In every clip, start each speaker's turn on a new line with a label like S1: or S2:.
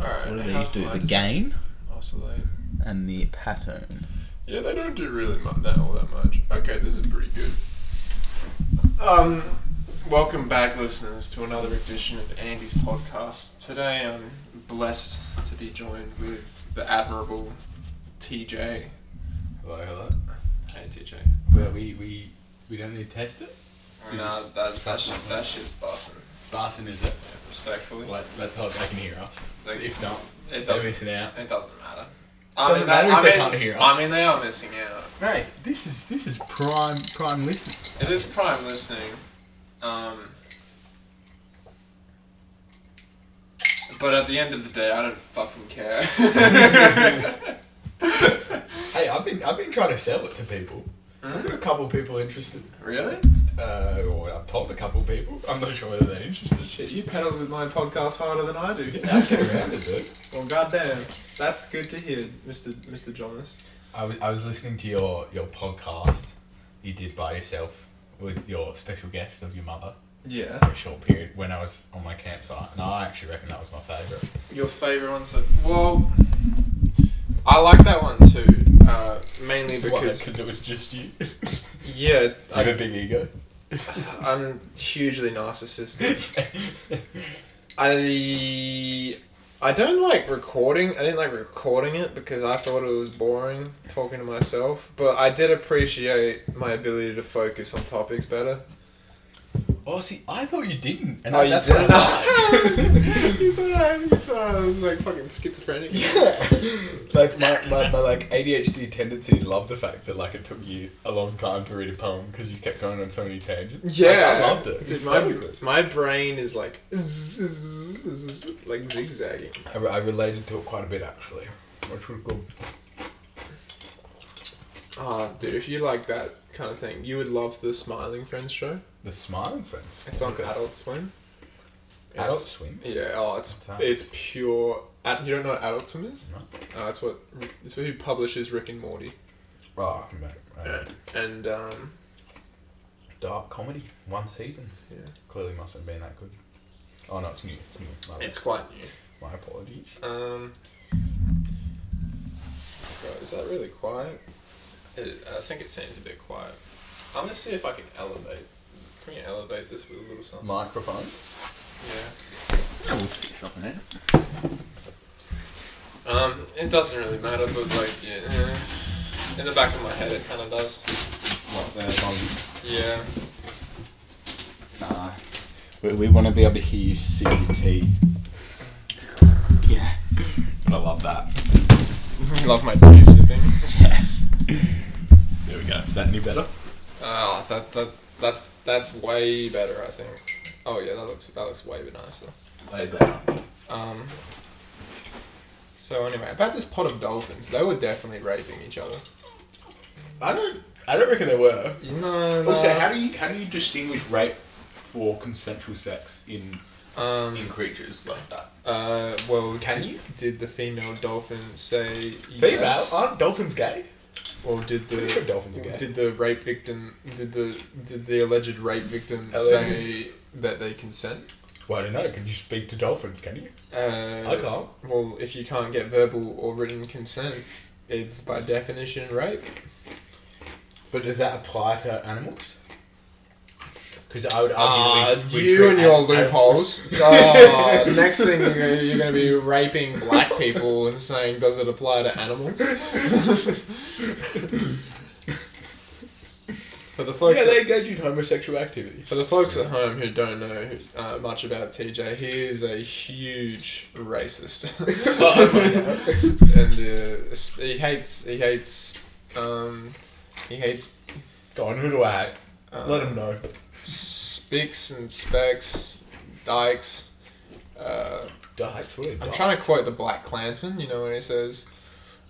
S1: Alright.
S2: What do
S1: how
S2: these do?
S1: far
S2: The
S1: does it
S2: gain
S1: Oscillate.
S2: and the pattern.
S1: Yeah, they don't do really mu- that all that much. Okay, this is pretty good. Um, welcome back, listeners, to another edition of Andy's podcast. Today, I'm blessed to be joined with the admirable TJ.
S3: Hello, hello.
S1: Hey, TJ.
S3: Well, we, we, we don't need to test it.
S1: Nah, that that shit, that shit's busting.
S3: It's Barson, is it?
S1: Respectfully,
S3: Well, that's, that's how they can hear us.
S1: Like,
S3: If not,
S1: it
S3: they're
S1: doesn't.
S3: missing out.
S1: It doesn't matter. I
S3: Doesn't
S1: mean,
S3: matter if
S1: I
S3: they
S1: mean,
S3: can't hear us.
S1: I mean, they are missing out.
S3: Mate, this is this is prime prime listening.
S1: It is prime listening. Um, but at the end of the day, I don't fucking care.
S3: Hey, I've been I've been trying to sell it to people. I've got a couple people interested.
S1: really?
S3: Uh, or I've told a couple people. I'm not sure whether they're interested.
S1: Shit, you pedal with my podcast harder than I do.
S3: Yeah, I get around it, dude.
S1: Well, goddamn, that's good to hear, Mister Mister Jonas.
S3: I was, I was listening to your, your podcast you did by yourself with your special guest of your mother
S1: Yeah.
S3: for a short period when I was on my campsite, and I actually reckon that was my favourite.
S1: Your favorite one? So, well, I like that one too. Uh, mainly because
S3: it was just you.
S1: yeah,
S3: I have
S1: I,
S3: a big ego.
S1: I'm hugely narcissistic. I I don't like recording. I didn't like recording it because I thought it was boring talking to myself. But I did appreciate my ability to focus on topics better.
S3: oh, see, I thought you didn't, and
S1: Oh, you
S3: that's
S1: didn't?
S3: what I
S1: you thought I, you thought I was like fucking schizophrenic.
S3: liked. like my, my, my like ADHD tendencies love the fact that like it took you a long time to read a poem because you kept going on so many tangents. Like,
S1: Yeah,
S3: I loved it.
S1: Dude,
S3: It's
S1: my,
S3: so good.
S1: my brain is like zzz, like zigzagging.
S3: I, re- I related to it quite a bit actually, which was good.
S1: Ah, dude, if you like that kind of thing, you would love the Smiling Friends show.
S3: The smiling thing.
S1: It's on
S3: Okay.
S1: Adult Swim.
S3: Adult
S1: It's-
S3: Swim.
S1: Yeah, oh, it's
S3: What's that?
S1: it's pure. ad- You don't know what Adult Swim is?
S3: No.
S1: Uh, it's what it's who publishes Rick and Morty.
S3: Oh, mate, uh,
S1: And um,
S3: dark comedy. One season.
S1: yeah,
S3: Clearly mustn't have been that good. Oh no, it's new. It's new. My,
S1: it's quite new.
S3: my apologies.
S1: Um, God, is that really quiet? It, I think it seems a bit quiet. I'm gonna see if I can elevate. Can we elevate this with a little something?
S3: Microphone.
S1: Yeah.
S2: I will fix something out.
S1: Um, it doesn't really matter, but like, yeah, eh, in the back of my head, it kind of does.
S3: What, uh, the
S1: Yeah.
S2: one? No.
S3: um,
S2: We, we want to be able to hear you sip your tea. Yeah.
S3: I love that.
S1: Love my tea sipping.
S3: There we go. Is that any better?
S1: Oh, that, that that's that's way better, I think. Oh yeah, that looks that looks way nicer.
S3: Way better.
S1: Um. So anyway, about this pot of dolphins, they were definitely raping each other.
S3: I don't. I don't reckon there were.
S1: No, no.
S3: Also, how do you how do you distinguish rape for consensual sex in
S1: um,
S3: in creatures like that?
S1: uh, well,
S3: Can
S1: did,
S3: you?
S1: Did the female dolphin say
S3: Female?
S1: yes?
S3: Aren't dolphins gay?
S1: Or did the
S3: Pretty sure dolphins are gay.
S1: did the rape victim did the did the alleged rape victim
S3: Alleged.
S1: say that they consent?
S3: Well, I don't know. Can you speak to dolphins? Can you?
S1: Uh,
S3: I can't.
S1: Well, if you can't get verbal or written consent, it's by definition rape.
S3: But does that apply to animals? Because I would
S1: Ah,
S3: argue we- we
S1: you
S3: treat
S1: and your
S3: an-
S1: loopholes. Oh, next thing you're gonna- you're going to be raping black people and saying, does it apply to animals? for the folks.
S3: Yeah, they
S1: at,
S3: engage in homosexual activity.
S1: for the folks at home who don't know uh, much about TJ, he is a huge racist,
S3: Oh,
S1: and uh, he hates he hates um, he hates
S3: Go on, who do I hate?
S1: um,
S3: Let them know.
S1: Spicks and Specks, Dykes. Uh,
S3: Dykes, what are
S1: I'm
S3: dykes?
S1: trying to quote the Black Klansman, you know, when he says,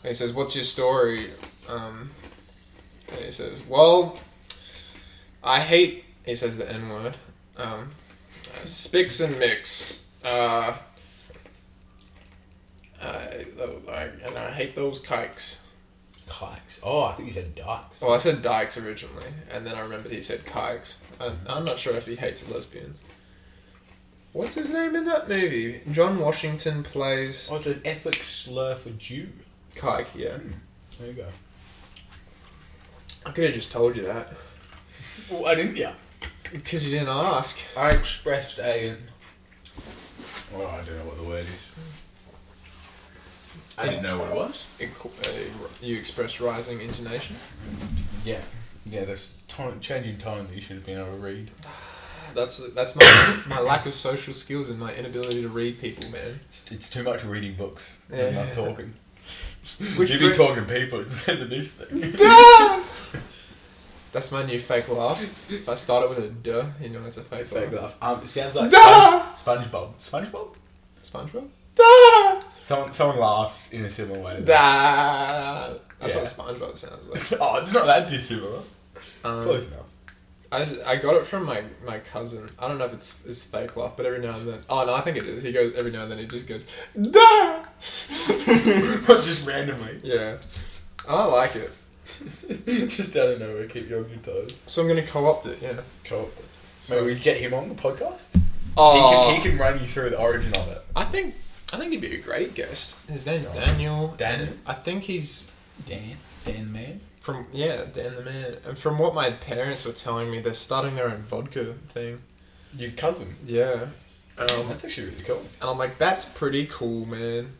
S1: when he says, what's your story? Um, and he says, well, I hate, he says the N word, um, uh, Spicks and Mix. Uh, I, I, and I hate those kikes.
S3: Kikes. Oh, I think you said dykes.
S1: Well, I said dykes originally, and then I remembered he said kikes. I, I'm not sure if he hates lesbians. What's his name in that movie? John Washington plays
S3: Oh, it's an ethnic slur for Jew.
S1: Kike. Yeah,
S3: There you go.
S1: I could have just told you that
S3: Why didn't you?
S1: because you didn't ask.
S3: I expressed a. Oh, I don't know what the word is. I didn't know what it was.
S1: uh, you express rising intonation.
S3: Yeah. Yeah, that's time, changing time that you should have been able to read.
S1: That's that's my my lack of social skills and my inability to read people, man.
S3: It's, it's too much reading books and
S1: Yeah.
S3: not talking.
S1: Which
S3: You've been
S1: bri-
S3: talking to people instead of this thing.
S1: That's my new fake laugh. If I start it with a duh, you know it's a fake,
S3: Fake
S1: laugh.
S3: laugh. Um, it sounds like
S1: Duh!
S3: Sponge- SpongeBob. SpongeBob.
S1: SpongeBob. Duh.
S3: Someone someone laughs in a similar way. to that.
S1: Duh. That's
S3: Yeah.
S1: what SpongeBob sounds like.
S3: oh, it's not that dissimilar.
S1: Um,
S3: Close enough.
S1: I, I got it from my, my cousin. I don't know if it's, it's fake laugh, but every now and then. Oh no, I think it is. He goes every now and then. He just goes duh.
S3: Just randomly.
S1: yeah, and I like it,
S3: Just out of nowhere, keep you on your toes.
S1: so I'm gonna co-opt it. Yeah.
S3: Cool.
S1: So,
S3: Maybe we get him on the podcast.
S1: oh,
S3: He, can, he can run you through the origin of it.
S1: I think I think he'd be a great guest. His name's
S3: Oh.
S1: Daniel.
S3: Daniel?
S1: I think he's
S4: Dan, Dan man.
S1: From yeah, Dan the man, and from what my parents were telling me, they're starting their own vodka thing.
S3: Your cousin.
S1: Yeah, um, and
S3: That's actually really cool.
S1: I'm like, that's pretty cool, man.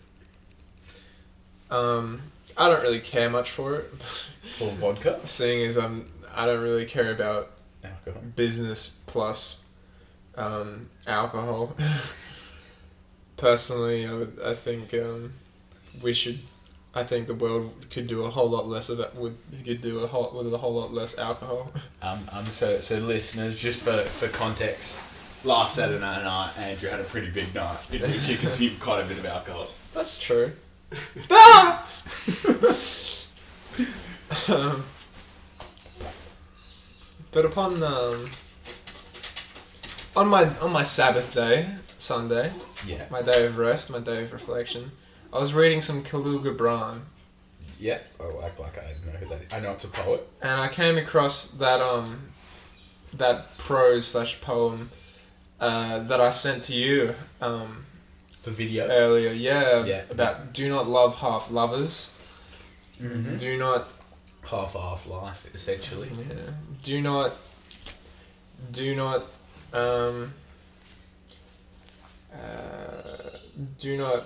S1: Um, I don't really care much for it,
S3: Or vodka.
S1: seeing as I'm I don't really care about
S3: Alcohol.
S1: business plus um, alcohol. Personally, I, would, I think um, we should. I think the world could do a whole lot less of that. Would could do a whole with a whole lot less alcohol.
S4: Um, um, so, so listeners, just for, for context, last Saturday night, Andrew had a pretty big night in which he consumed quite a bit of alcohol.
S1: That's true. um, but upon um, on my on my Sabbath day, Sunday,
S4: Yeah.
S1: my day of rest, my day of reflection, I was reading some Khalil Gibran,
S3: Yeah. Oh, act like I don't know who that is. I know it's a poet.
S1: and I came across that um that prose slash poem uh, that I sent to you um,
S3: The video.
S1: earlier. Yeah,
S3: Yeah.
S1: about do not love half lovers.
S3: Mm-hmm.
S1: Do not
S4: Half-ass life, essentially.
S1: Yeah. Do not. Do not. Um, uh, do not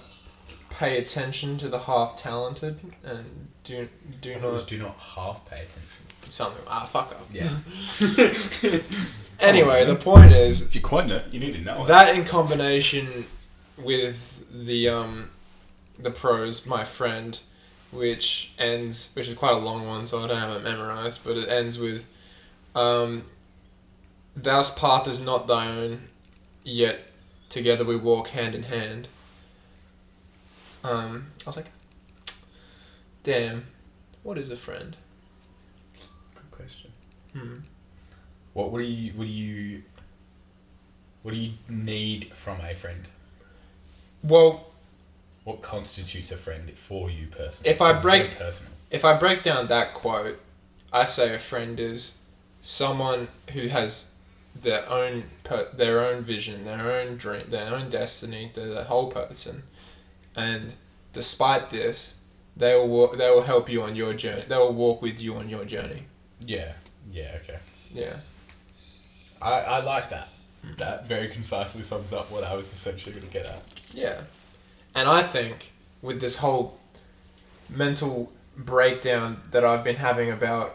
S1: pay attention to the half talented and do do not
S3: do not half pay attention.
S1: something. Ah, fuck up.
S3: Yeah.
S1: Anyway, the point is
S4: If you coin it, you need to know it.
S1: that in combination with the um, the prose, my friend, which ends, which is quite a long one, so I don't have it memorized, but it ends with, um, "Thou's path is not thy own, yet together we walk hand in hand." Um, I was like, "Damn, what is a friend?"
S3: Good question.
S1: Hmm.
S3: What what do you what do you what do you need from a friend?
S1: Well,
S3: What constitutes a friend for you personally?
S1: If I
S3: This is very
S1: break-
S3: personal,
S1: if I break down that quote, I say a friend is someone who has their own per- their own vision, their own dream, their own destiny, they're the whole person, and despite this, they will walk, they will help you on your journey. They will walk with you on your journey.
S3: yeah, yeah, okay.
S1: Yeah,
S3: I, I like that. That very concisely sums up what I was essentially going to get at.
S1: yeah, and I think with this whole mental breakdown that I've been having about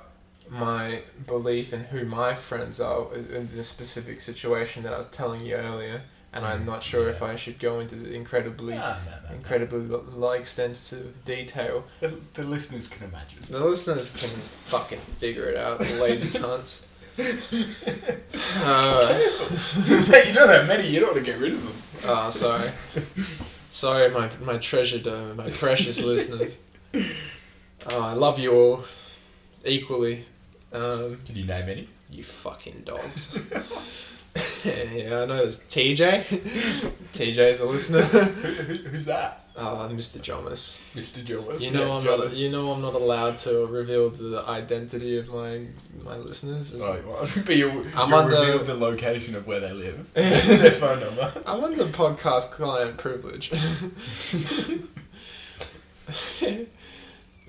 S1: my belief in who my friends are in this specific situation that I was telling you earlier, and I'm not sure if I should go into the incredibly,
S3: Ah, no, no, no.
S1: incredibly like extensive detail.
S3: The, the listeners can imagine.
S1: The listeners can fucking figure it out, the lazy cunts. Uh,
S3: Mate, you don't have many. You don't want to get rid of them.
S1: oh, sorry, sorry, my my treasured, uh, my precious listeners. Oh, I love you all equally. Um,
S3: Can you name any?
S1: You fucking dogs. yeah, I know there's TJ. TJ's a listener.
S2: Who, who, who's that?
S1: Uh, Mr. Jomas.
S2: Mr. Jonas.
S1: You know I'm not. You know I'm not allowed to reveal the identity of my my listeners. as-
S2: Oh, well, but you,
S1: I'm
S2: you
S1: on the-
S2: revealed the location of where they live, their phone number.
S1: I'm under podcast client privilege.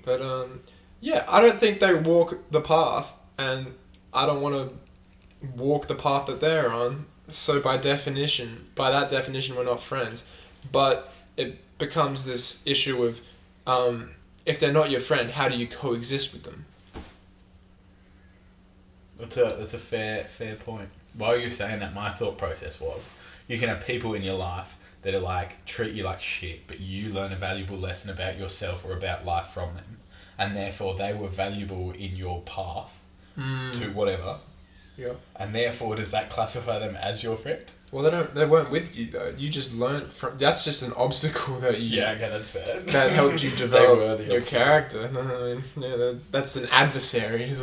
S1: but um, yeah, I don't think they walk the path, and I don't want to walk the path that they're on. So by definition, by that definition, we're not friends. But it becomes this issue of um, if they're not your friend, how do you coexist with them?
S3: That's a that's a fair fair point. While you're saying that, my thought process was, you can have people in your life that are like treat you like shit, but you learn a valuable lesson about yourself or about life from them, and therefore they were valuable in your path
S1: Hmm.
S3: to whatever,
S1: Yeah.
S3: and therefore does that classify them as your friend?
S1: Well, they don't. They weren't with you though. You just learnt from. That's just an obstacle that you
S3: okay, that's fair.
S1: that helped you
S3: were
S1: develop
S3: the
S1: your
S3: obstacle.
S1: character. No, I mean, yeah, that's, that's an adversary. it's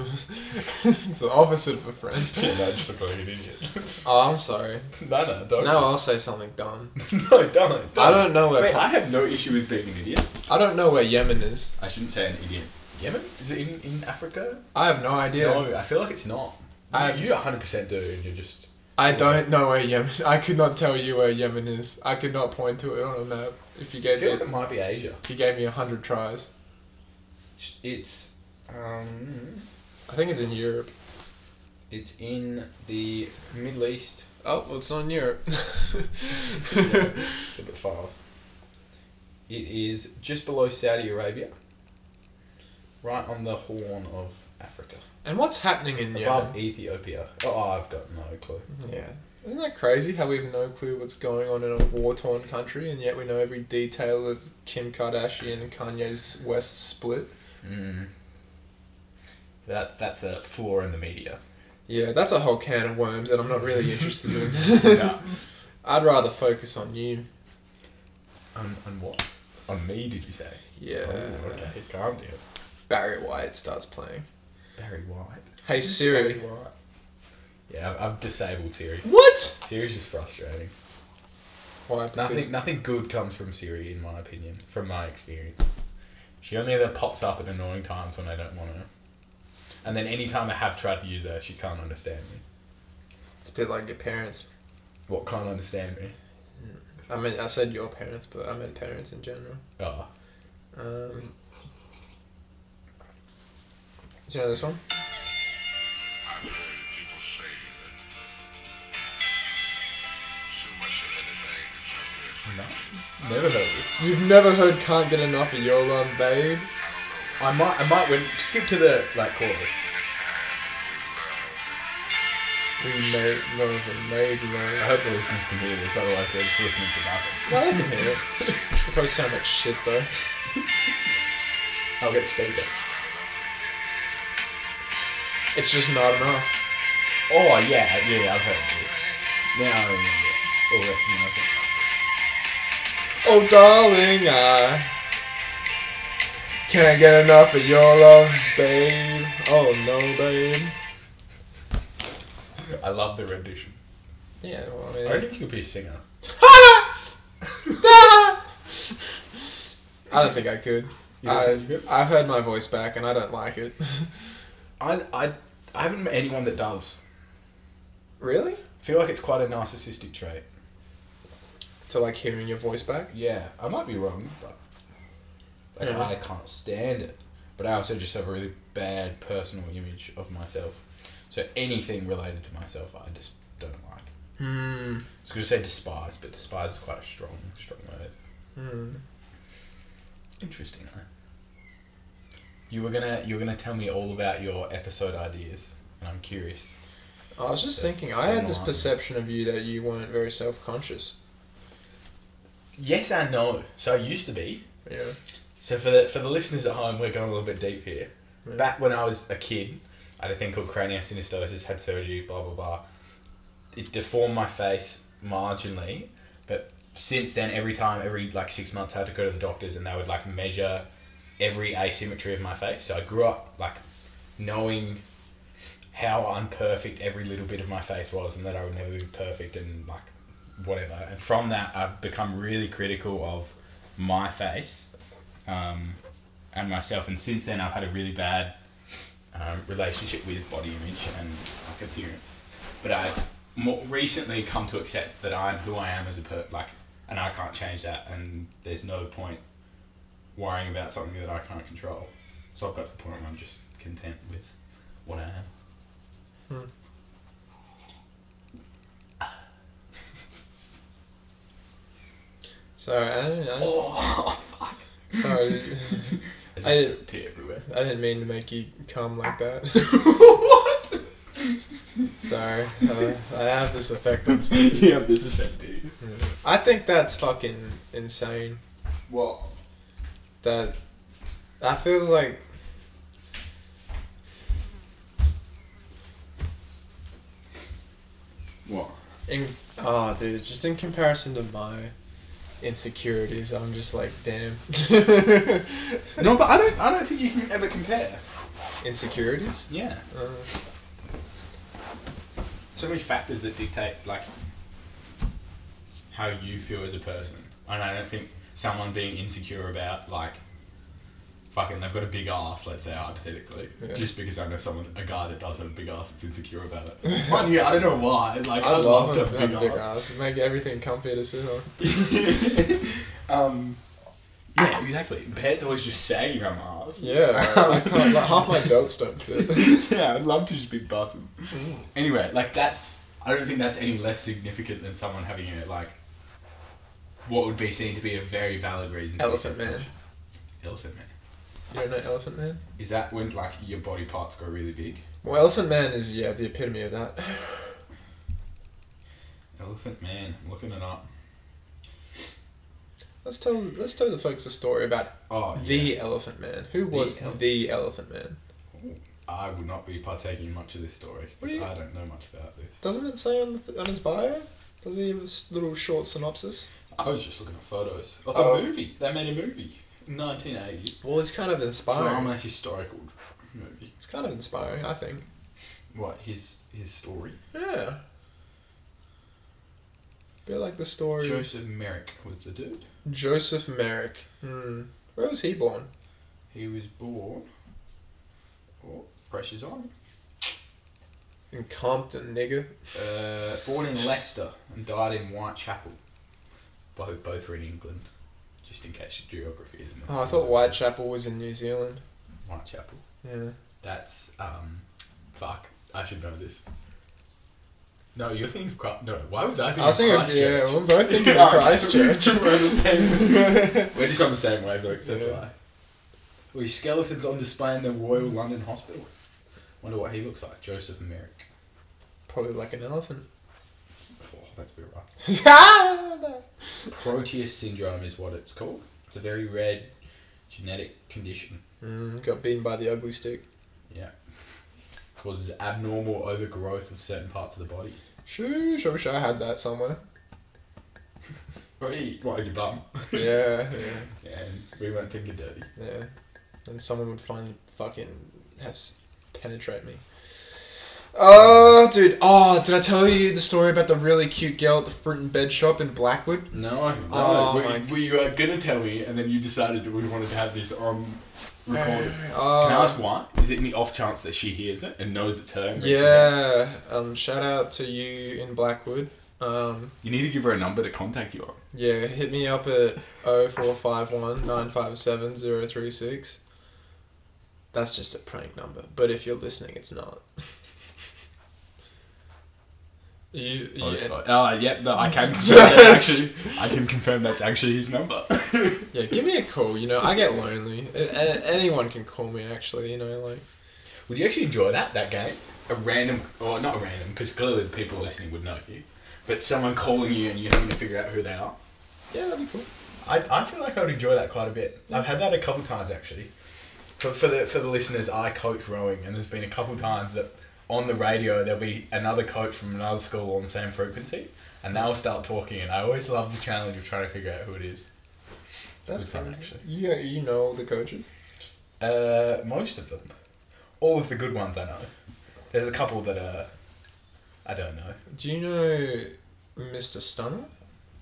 S1: the opposite of a friend.
S2: Yeah, no, just look like an idiot.
S1: Oh, I'm sorry.
S2: no, no, don't.
S1: Now I'll say something dumb.
S2: no, don't.
S1: I don't know where
S2: Wait,
S1: pa-
S2: I have no issue with being an idiot.
S1: I don't know where Yemen is.
S3: I shouldn't say an idiot. Yemen is it in in Africa?
S1: I have no idea.
S3: No, I feel like it's not.
S1: I-
S3: you 100 percent do, and you're just
S1: I don't know where Yemen. I could not tell you where Yemen is. I could not point to it on a map. If you
S3: I
S1: gave
S3: feel
S1: me,
S3: like it might be Asia.
S1: if you gave me a hundred tries,
S3: It's um,
S1: I think it's in Europe.
S3: It's in the Middle East.
S1: Oh, well, it's not in Europe.
S3: It's a bit far off. It is just below Saudi Arabia, right on the horn of Africa,
S1: and what's happening in Yemen?
S3: above Ethiopia. Oh, I've got no clue.
S1: Yeah. Isn't that crazy how we have no clue what's going on in a war torn country and yet we know every detail of Kim Kardashian and Kanye's West split?
S3: Mm. That's that's a flaw in the media.
S1: Yeah, that's a whole can of worms that I'm not really interested in.
S3: Yeah.
S1: I'd rather focus on you.
S3: on, on what? On me, did you say?
S1: Yeah.
S3: Oh, okay, calm down.
S1: Barry White starts playing.
S3: Barry White.
S1: Hey Siri.
S3: White. Yeah, I've, I've disabled Siri.
S1: What?
S3: Siri's just frustrating.
S1: Why? Because
S3: Nothing, nothing good comes from Siri, in my opinion, from my experience. She only ever pops up at annoying times when I don't want her. And then any time I have tried to use her, she can't understand me.
S1: it's a bit like your parents.
S3: What can't understand me?
S1: I mean, I said your parents, but I meant parents in general.
S3: Oh,
S1: Um, do you know this one?
S5: I've heard people say that too much of anything is not good for you.
S3: never heard it.
S1: You've never heard Can't Get Enough of Your Love, Babe?
S3: I might, I might win. Skip to the like chorus.
S1: We made love and made
S3: I
S1: love.
S3: hope they're listening to me, this, otherwise they're just listening to nothing.
S1: I can hear it. It probably sounds like shit though.
S3: I'll get the speaker.
S1: It's just not enough.
S3: Oh yeah, yeah, I've heard this. Now I remember. it. Oh, recognize it.
S1: Oh darling, I can't get enough of your love, babe. Oh no, babe.
S3: I love the rendition.
S1: Yeah, well, I
S3: I
S1: mean,
S3: reckon you could be a singer.
S1: I don't think I could.
S3: You don't
S1: I,
S3: think you could?
S1: I've heard my voice back and I don't like it.
S3: I, I, I haven't met anyone that does.
S1: really?
S3: I feel like it's quite a narcissistic trait.
S1: To like hearing your voice back?
S3: Yeah, I might be wrong, but like
S1: Yeah.
S3: I can't stand it. But I also just have a really bad personal image of myself. So anything related to myself, I just don't like.
S1: Hmm.
S3: I was going to say despise, but despise is quite a strong, strong word.
S1: Hmm.
S3: Interesting. Though. You were gonna, you were gonna tell me all about your episode ideas, and I'm curious.
S1: I was just
S3: So-
S1: thinking,
S3: so
S1: I had this
S3: normal.
S1: perception of you that you weren't very self conscious.
S3: Yes and no. So I used to be.
S1: Yeah.
S3: So for the for the listeners at home, we're going a little bit deep here.
S1: Yeah.
S3: Back when I was a kid, I had a thing called craniosynostosis, had surgery, blah blah blah. It deformed my face marginally, but since then, every time, every like six months, I had to go to the doctors, and they would like measure every asymmetry of my face. So I grew up like knowing how unperfect every little bit of my face was and that I would never be perfect and like whatever. And from that, I've become really critical of my face um, and myself. And since then, I've had a really bad um, relationship with body image and like appearance. But I've more recently come to accept that I'm who I am as a per like, and I can't change that. And there's no point worrying about something that I can't control. So I've got to the point where I'm just content with what I am.
S1: So I, don't know, I just,
S3: Oh, fuck.
S1: sorry,
S3: I just
S1: I-
S3: got tea everywhere.
S1: I didn't mean to make you come like that. what? Sorry, uh, I have this effect. on some-
S3: yeah, this effect, dude.
S1: I think that's fucking insane.
S3: What?
S1: That that feels like.
S3: What?
S1: In, oh, dude, just in comparison to my insecurities, I'm just like, damn.
S3: No, but I don't. I don't think you can ever compare.
S1: insecurities?
S3: Yeah.
S1: Uh,
S3: So many factors that dictate like how you feel as a person, and I don't think someone being insecure about like fucking they've got a big ass, let's say hypothetically,
S1: Yeah.
S3: just because I know someone a guy that does have a big ass that's insecure about it. Mind you, I don't know why. Like I,
S1: I love
S3: love
S1: a
S3: to have a
S1: big, big
S3: big, ass.
S1: ass. Make everything comfy to sit on.
S3: um, yeah, exactly. Bed's always just sagging on my ass.
S1: Yeah, I can't. Like, half my belts don't fit.
S3: yeah, I'd love to just be buzzing. Anyway, like that's I don't think that's any less significant than someone having a like what would be seen to be a very valid reason. to be
S1: Elephant
S3: selfish.
S1: Man.
S3: Elephant man.
S1: You don't know Elephant Man?
S3: Is that when like your body parts go really big?
S1: Well, Elephant Man is yeah the epitome of that.
S3: Elephant man. I'm looking it up.
S1: Let's tell let's tell the folks a story about
S3: Oh,
S1: the
S3: yeah.
S1: Elephant Man. Who was
S3: Elephant-
S1: the Elephant Man?
S3: I would not be partaking in much of this story
S1: What do
S3: because
S1: you-
S3: I don't know much about this.
S1: Doesn't it say on, the, on his bio? Does he have a s- little short synopsis?
S3: I was just looking at photos. Of
S1: Oh.
S3: a movie. They made a movie. 1980.
S1: Well, it's kind of inspiring.
S3: Drama historical movie.
S1: It's kind of inspiring, I think.
S3: What his his story?
S1: Yeah. Bit like the story of
S3: Joseph Merrick was the dude.
S1: Joseph Merrick. Hmm. Where was he born?
S3: He was born. Oh, pressure's on.
S1: In Compton, nigga.
S3: Uh, born in Leicester and died in Whitechapel. Both both are in England, just in case your geography isn't.
S1: Oh, I thought Whitechapel was in New Zealand.
S3: Whitechapel.
S1: Yeah.
S3: That's um, fuck. I should know this. No, you're thinking of Christ. No, why was I thinking
S1: I was thinking,
S3: of
S1: of,
S3: Christchurch?
S1: yeah, we're both thinking of Christchurch.
S3: We're the same- We're just on the same wavelength, that's why. Were his skeletons on display in the Royal London Hospital? Wonder what he looks like, Joseph Merrick.
S1: Probably like an elephant.
S3: Oh, that's a bit rough.
S1: That's
S3: Proteus syndrome is what it's called. It's a very rare genetic condition.
S1: Mm, got beaten by the ugly stick.
S3: Yeah. Causes abnormal overgrowth of certain parts of the body.
S1: Sheesh, I wish I had that somewhere.
S3: Right, right on your bum.
S1: Yeah, yeah,
S3: And we won't think of dirty.
S1: yeah. And someone would finally fucking have s- penetrate me. Oh, dude. Oh, did I tell you the story about the really cute girl at the fruit and bed shop in Blackwood?
S3: No, no.
S1: Oh, my-
S3: we, we were gonna tell me, and then you decided that we wanted to have this on recorded. Can I
S1: Oh,
S3: ask why? Is it in the off chance that she hears it and knows it's her? and reaches out?
S1: yeah. Um, shout out to you in Blackwood. Um,
S3: You need to give her a number to contact you on.
S1: yeah, hit me up at 0451 957 036. That's just a prank number, but if you're listening, it's not. you,
S3: Oh,
S1: you-
S3: God. Oh, yep. No, I can. confirm that's actually, I can confirm that's actually his number.
S1: Yeah, give me a call. You know, I get lonely. A- a- anyone can call me. Actually, you know, like
S3: Would you actually enjoy that? That game? A random, or not a random, because clearly the people listening would know you, but someone calling you and you having to figure out who they are.
S1: yeah, that'd be cool.
S3: I, I feel like I would enjoy that quite a bit. I've had that a couple times actually. For, for the for the listeners, I coach rowing, and there's been a couple times that on the radio there'll be another coach from another school on the same frequency, and they'll start talking, and I always love the challenge of trying to figure out who it is.
S1: That's
S3: It'd be fun,
S1: fun, actually.
S3: actually.
S1: Yeah, you know all the coaches.
S3: Uh, most of them, all of the good ones I know. There's a couple that are. I don't know.
S1: Do you know Mr. Stunner?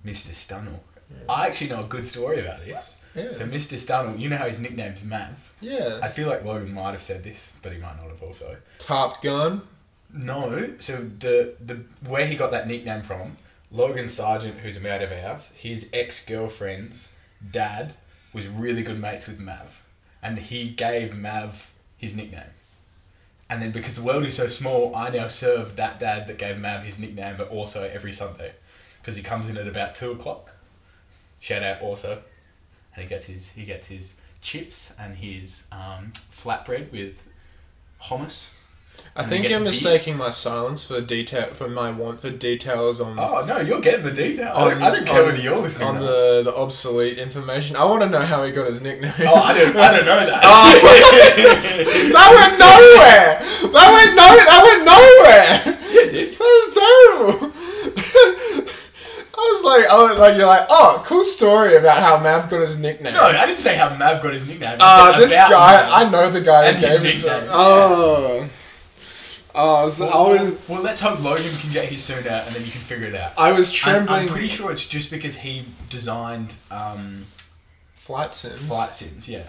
S3: Mr. Stunnel. I actually know a good story about this.
S1: Yeah.
S3: So Mr. Stunnel, you know how his nickname's Mav. I
S1: Yeah.
S3: feel like Logan might have said this, but he might not have also.
S1: Top Gun.
S3: No, so the the where he got that nickname from, Logan Sargent, who's a mate of ours, his ex girlfriend's dad was really good mates with Mav, and he gave Mav his nickname. And then because the world is so small, I now serve that dad that gave Mav his nickname, but also every Sunday, because he comes in at about two o'clock. Shout out also, and he gets his he gets his chips and his um, flatbread with hummus.
S1: I
S3: And
S1: think
S3: he Mm, gets
S1: you're
S3: beat.
S1: mistaking my silence for detail for my want for details on
S3: Oh no, you're getting the detail. I
S1: on-
S3: don't, I don't care
S1: on-
S3: whether you're listening.
S1: on
S3: or not.
S1: the, the obsolete information. I want to know how he got his nickname.
S3: oh, I don't, I don't know that.
S1: that went nowhere. That went no. That went nowhere. That was terrible. I was like, I was like, you're like, oh, cool story about how Mav got his nickname.
S3: no, I didn't say how Mav got his nickname. I
S1: Ah,
S3: said
S1: this
S3: about
S1: guy,
S3: Mav.
S1: I know the guy
S3: And
S1: who
S3: his
S1: gave it to
S3: nickname.
S1: him. Oh. Oh, so
S3: Well,
S1: I was,
S3: well, let's hope Logan can get his soon out, and then you can figure it out.
S1: I was
S3: I'm,
S1: trembling.
S3: I'm pretty sure it's just because he designed um,
S1: Flight sims.
S3: flight sims. Yeah.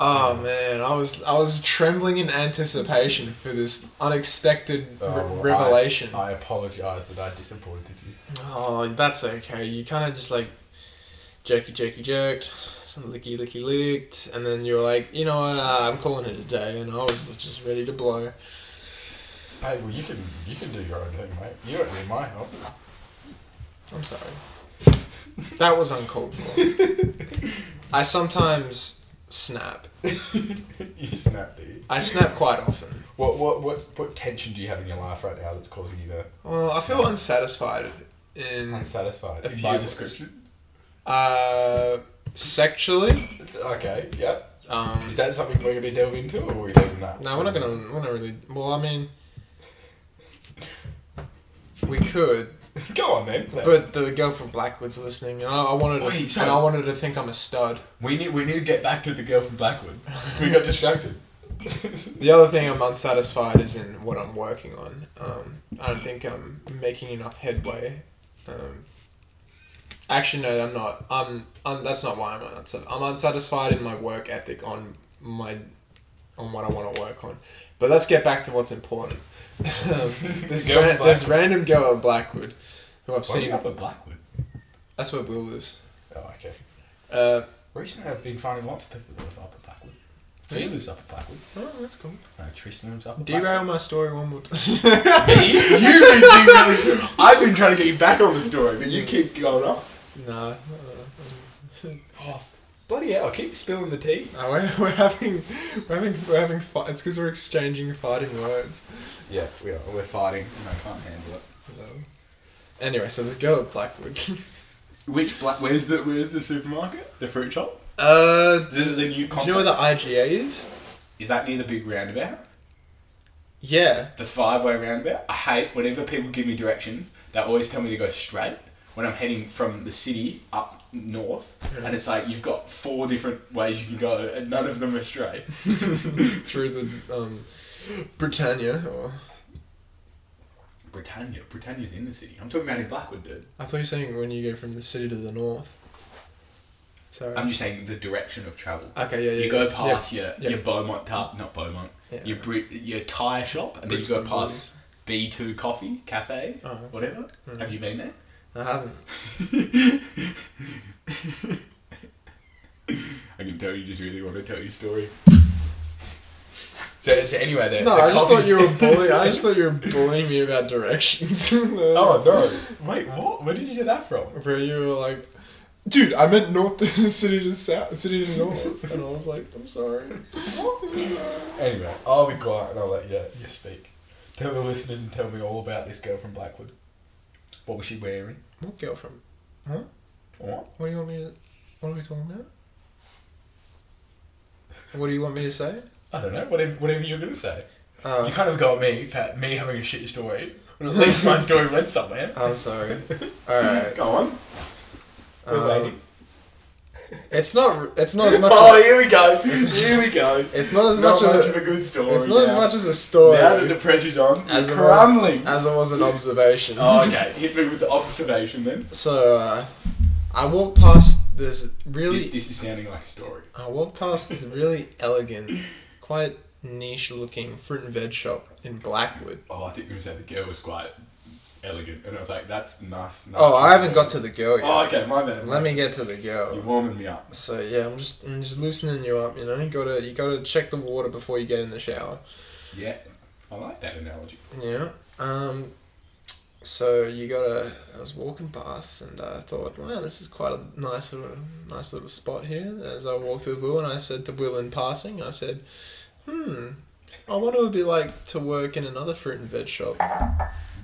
S1: Oh man, I was, I was trembling in anticipation for this unexpected re- revelation.
S3: Oh, I, apologize that I disappointed you.
S1: Oh, that's okay. You kind of just like jerky, jerky, jerked, some licky, licky, licked, and then you're like, you know what? Uh, I'm calling it a day, and I was just ready to blow.
S3: Hey, well, you can you can do your own thing, mate. You don't need my help.
S1: I'm sorry. That was uncalled for. I sometimes snap.
S3: you snap, dude.
S1: I snap quite often.
S3: What what what what tension do you have in your life right now that's causing you to
S1: Well, I feel unsatisfied in
S3: unsatisfied?
S1: Mm. A few
S3: By
S1: words.
S3: description.
S1: uh, sexually.
S3: Okay. Yep.
S1: Um,
S3: Is that something we're gonna delve into, or are we leaving that?
S1: No, we're not gonna. We're not really. Well, I mean, we could,
S3: Go on then.
S1: but the girl from Blackwood's listening, and I, I wanted, to,
S3: Wait, so-
S1: and I wanted to think I'm a stud.
S3: we need we need to get back to the girl from Blackwood. we got distracted.
S1: The other thing I'm unsatisfied is in what I'm working on. Um, I don't think I'm making enough headway. Um, actually, no, I'm not. I'm, i That's not why I'm unsatisfied. I'm unsatisfied in my work ethic on my, on what I want to work on. But let's get back to what's important. Um, this
S3: Girl
S1: ran,
S3: from
S1: this random girl at Blackwood, who I've
S3: Why are
S1: seen.
S3: you up at Blackwood?
S1: That's where Will lives.
S3: Oh, okay.
S1: Uh,
S3: Recently, I've been finding lots of people that live up at Blackwood. Do you lives up at Blackwood?
S1: oh, that's cool.
S3: No, Tristan lives up at
S1: Derail my story one more time.
S3: Blackwood. Me? You've been derailing- I've been trying to get you back on the story, but you keep going up.
S1: nah. uh, um,
S3: Oh, bloody hell! Keep spilling the tea.
S1: No, Uh, we're, we're having, we're having, we're having fight. It's because we're exchanging fighting words.
S3: Yeah, we are. We're fighting, and I can't handle it.
S1: So. Um, Anyway, so this girl at Blackwood.
S3: Which black? Where's the Where's the supermarket? The fruit shop?
S1: uh, do,
S3: Is it the new?
S1: do you know where the
S3: complex?
S1: IGA is?
S3: Is that near the big roundabout?
S1: Yeah.
S3: The five way roundabout? I hate whenever people give me directions, they always tell me to go straight when I'm heading from the city up north. And it's like, you've got four different ways you can go, and none of them are straight.
S1: Through the um, Britannia, or
S3: Britannia. Britannia's in the city. I'm talking about in Blackwood, dude.
S1: I thought you were saying when you go from the city to the north. Sorry.
S3: I'm just saying the direction of travel.
S1: okay. Yeah. Yeah.
S3: You go
S1: yeah,
S3: past
S1: yeah.
S3: your, your Beaumont tub, not Beaumont,
S1: Yeah.
S3: your, Brit, your tyre shop, and then
S1: Brixton
S3: you go past B2 Coffee, Cafe,
S1: Uh-huh.
S3: whatever.
S1: Mhm.
S3: Have you been there?
S1: I haven't.
S3: I can tell you just really want to tell your story. So, so anyway, the,
S1: No,
S3: the
S1: I just thought
S3: coffee's-
S1: you were bullying. I just thought you were bullying me about directions.
S3: oh no! Wait, what? Where did you get that from?
S1: where you were like, dude, I meant north to city to south, city to north, and I was like, I'm sorry.
S3: Anyway, I'll be quiet and I'll let you you speak. Tell the listeners and tell me all about this girl from Blackwood. What was she wearing?
S1: What girl from? Huh?
S3: What?
S1: What do you want me to? What are we talking about? What do you want me to say?
S3: I don't know. Whatever, whatever you're gonna say.
S1: Uh,
S3: You kind of got me for me having a shitty story. Well, at least my story went
S1: Uh,
S3: somewhere.
S1: I'm sorry. All right.
S3: Go on. We're
S1: um,
S3: waiting.
S1: It's not. It's not as much.
S2: oh,
S1: a,
S2: here we go. Here we go.
S1: it's not as
S2: Not
S1: much,
S2: much
S1: a,
S2: of a good story.
S1: It's not as
S2: now.
S1: much as a story
S2: Now that the pressure's on,
S1: as
S2: it's
S1: it was-
S2: crumbling.
S1: as it was an observation.
S2: Oh, okay. Hit me with the observation then.
S1: So uh, I walked past this
S2: This,
S1: really.
S2: this is sounding like a story.
S1: I walked past this really elegant, quite niche-looking fruit and veg shop in Blackwood.
S2: Oh, I think it was that the girl was quite elegant, and I was like, "That's nice." nice
S1: Oh, I haven't got to the girl yet.
S2: Oh, okay, my bad.
S1: Let me get to the
S2: You're
S1: girl.
S2: warming me up.
S1: So yeah, I'm just I'm just loosening you up. You know, you gotta you gotta check the water before you get in the shower.
S2: Yeah, I like that analogy.
S1: Yeah. Um. So you gotta. I was walking past, and I thought, wow, this is quite a nice little, nice little spot here. As I walked to Will, and I said to Will in passing, I said, hmm, I wonder what it would be like to work in another fruit and veg shop.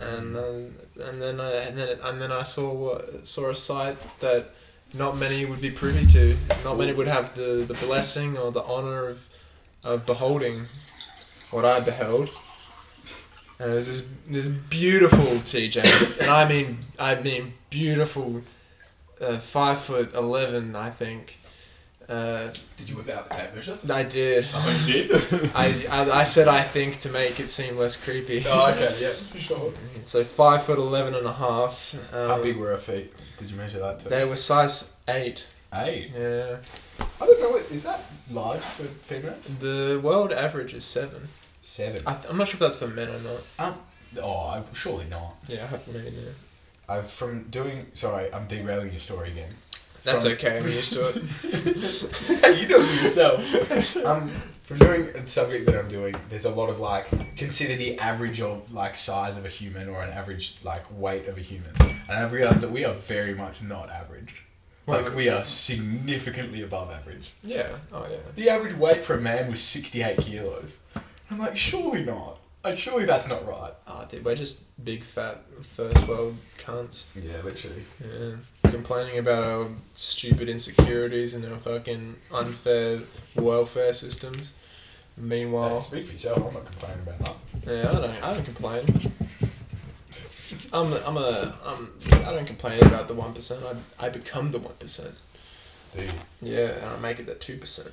S1: And then, and then I and then and then I saw what saw a sight that not many would be privy to. Not many would have the, the blessing or the honor of of beholding what I beheld. And it was this this beautiful TJ, and I mean I mean beautiful, uh, five foot eleven I think. Uh,
S2: Did you whip out the tape measure?
S1: I did.
S2: Oh, you did.
S1: I, I I said I think to make it seem less creepy.
S2: oh, okay, yeah, for sure.
S1: So five foot eleven and a half. Um,
S3: How big were her feet? Did you measure that too?
S1: They were size eight.
S3: Eight.
S1: Yeah.
S2: I don't know. what- Is that large for females?
S1: The world average is seven.
S3: Seven.
S1: I th- I'm not sure if that's for men or not.
S3: Um, oh, I- surely not.
S1: Yeah, I haven't made it.
S3: I've from doing. Sorry, I'm derailing your story again.
S1: That's
S3: From-
S1: okay. I'm used to it.
S3: you do it to yourself. Um, from doing a subject that I'm doing, there's a lot of like consider the average of like size of a human or an average like weight of a human, and I've realized that we are very much not average. Like we are significantly above average.
S1: Yeah. Oh yeah.
S3: The average weight for a man was 68 kilos. I'm like, surely not. Like, surely that's not right.
S1: Oh, dude, we're just big fat first world cunts.
S3: Yeah, literally.
S1: Yeah. Complaining about our stupid insecurities and our fucking unfair welfare systems. Meanwhile,
S3: speak for yourself. I'm not complaining about that.
S1: yeah, I don't, I don't complain. I'm, a, I'm a, I'm, I don't complain about the one percent. I, I become the one percent.
S3: Dude.
S1: Yeah, and I make it the two percent.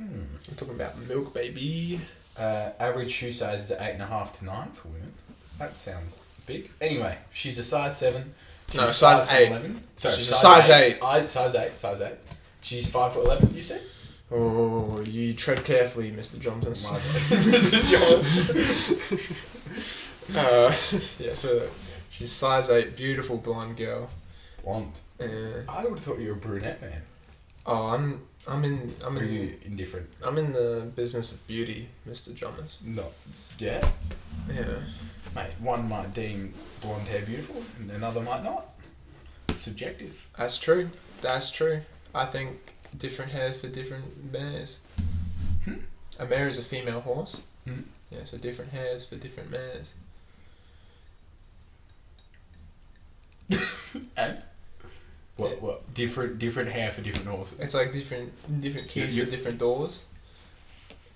S1: I'm talking about milk, baby.
S3: Uh, average shoe size is eight and a half to nine for women. That sounds big. Anyway, she's a size seven.
S1: No,
S3: She's
S1: size
S3: five foot
S1: eight.
S3: 11. Sorry,
S1: She's a size eight.
S3: I, size eight. Size eight. She's five foot eleven. You said.
S1: Oh, you tread carefully, Mr. Johnson. Uh, yeah, so she's size eight, beautiful blonde girl.
S3: Blonde.
S1: Uh,
S3: I would have thought you were a brunette man.
S1: oh, I'm, I'm in, I'm
S3: Were
S1: in.
S3: you indifferent?
S1: I'm in the business of beauty, Mr. Jommers.
S3: No. Yeah,
S1: Yeah.
S3: mate. One might deem blonde hair beautiful, and another might not. Subjective.
S1: That's true. That's true. I think different hairs for different mares.
S3: Hmm?
S1: A mare is a female horse.
S3: Hmm.
S1: Yeah, so different hairs for different mares.
S3: And what? What? Different. Different hair for different horses.
S1: It's like different different keys
S3: You-
S1: for different doors.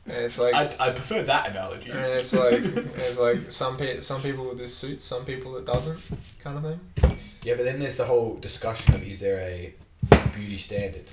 S1: And it's like
S3: I, I prefer that analogy.
S1: and it's like it's like some pe- some people with this suits, some people it doesn't, kind of thing.
S3: Yeah, but then there's the whole discussion of is there a beauty standard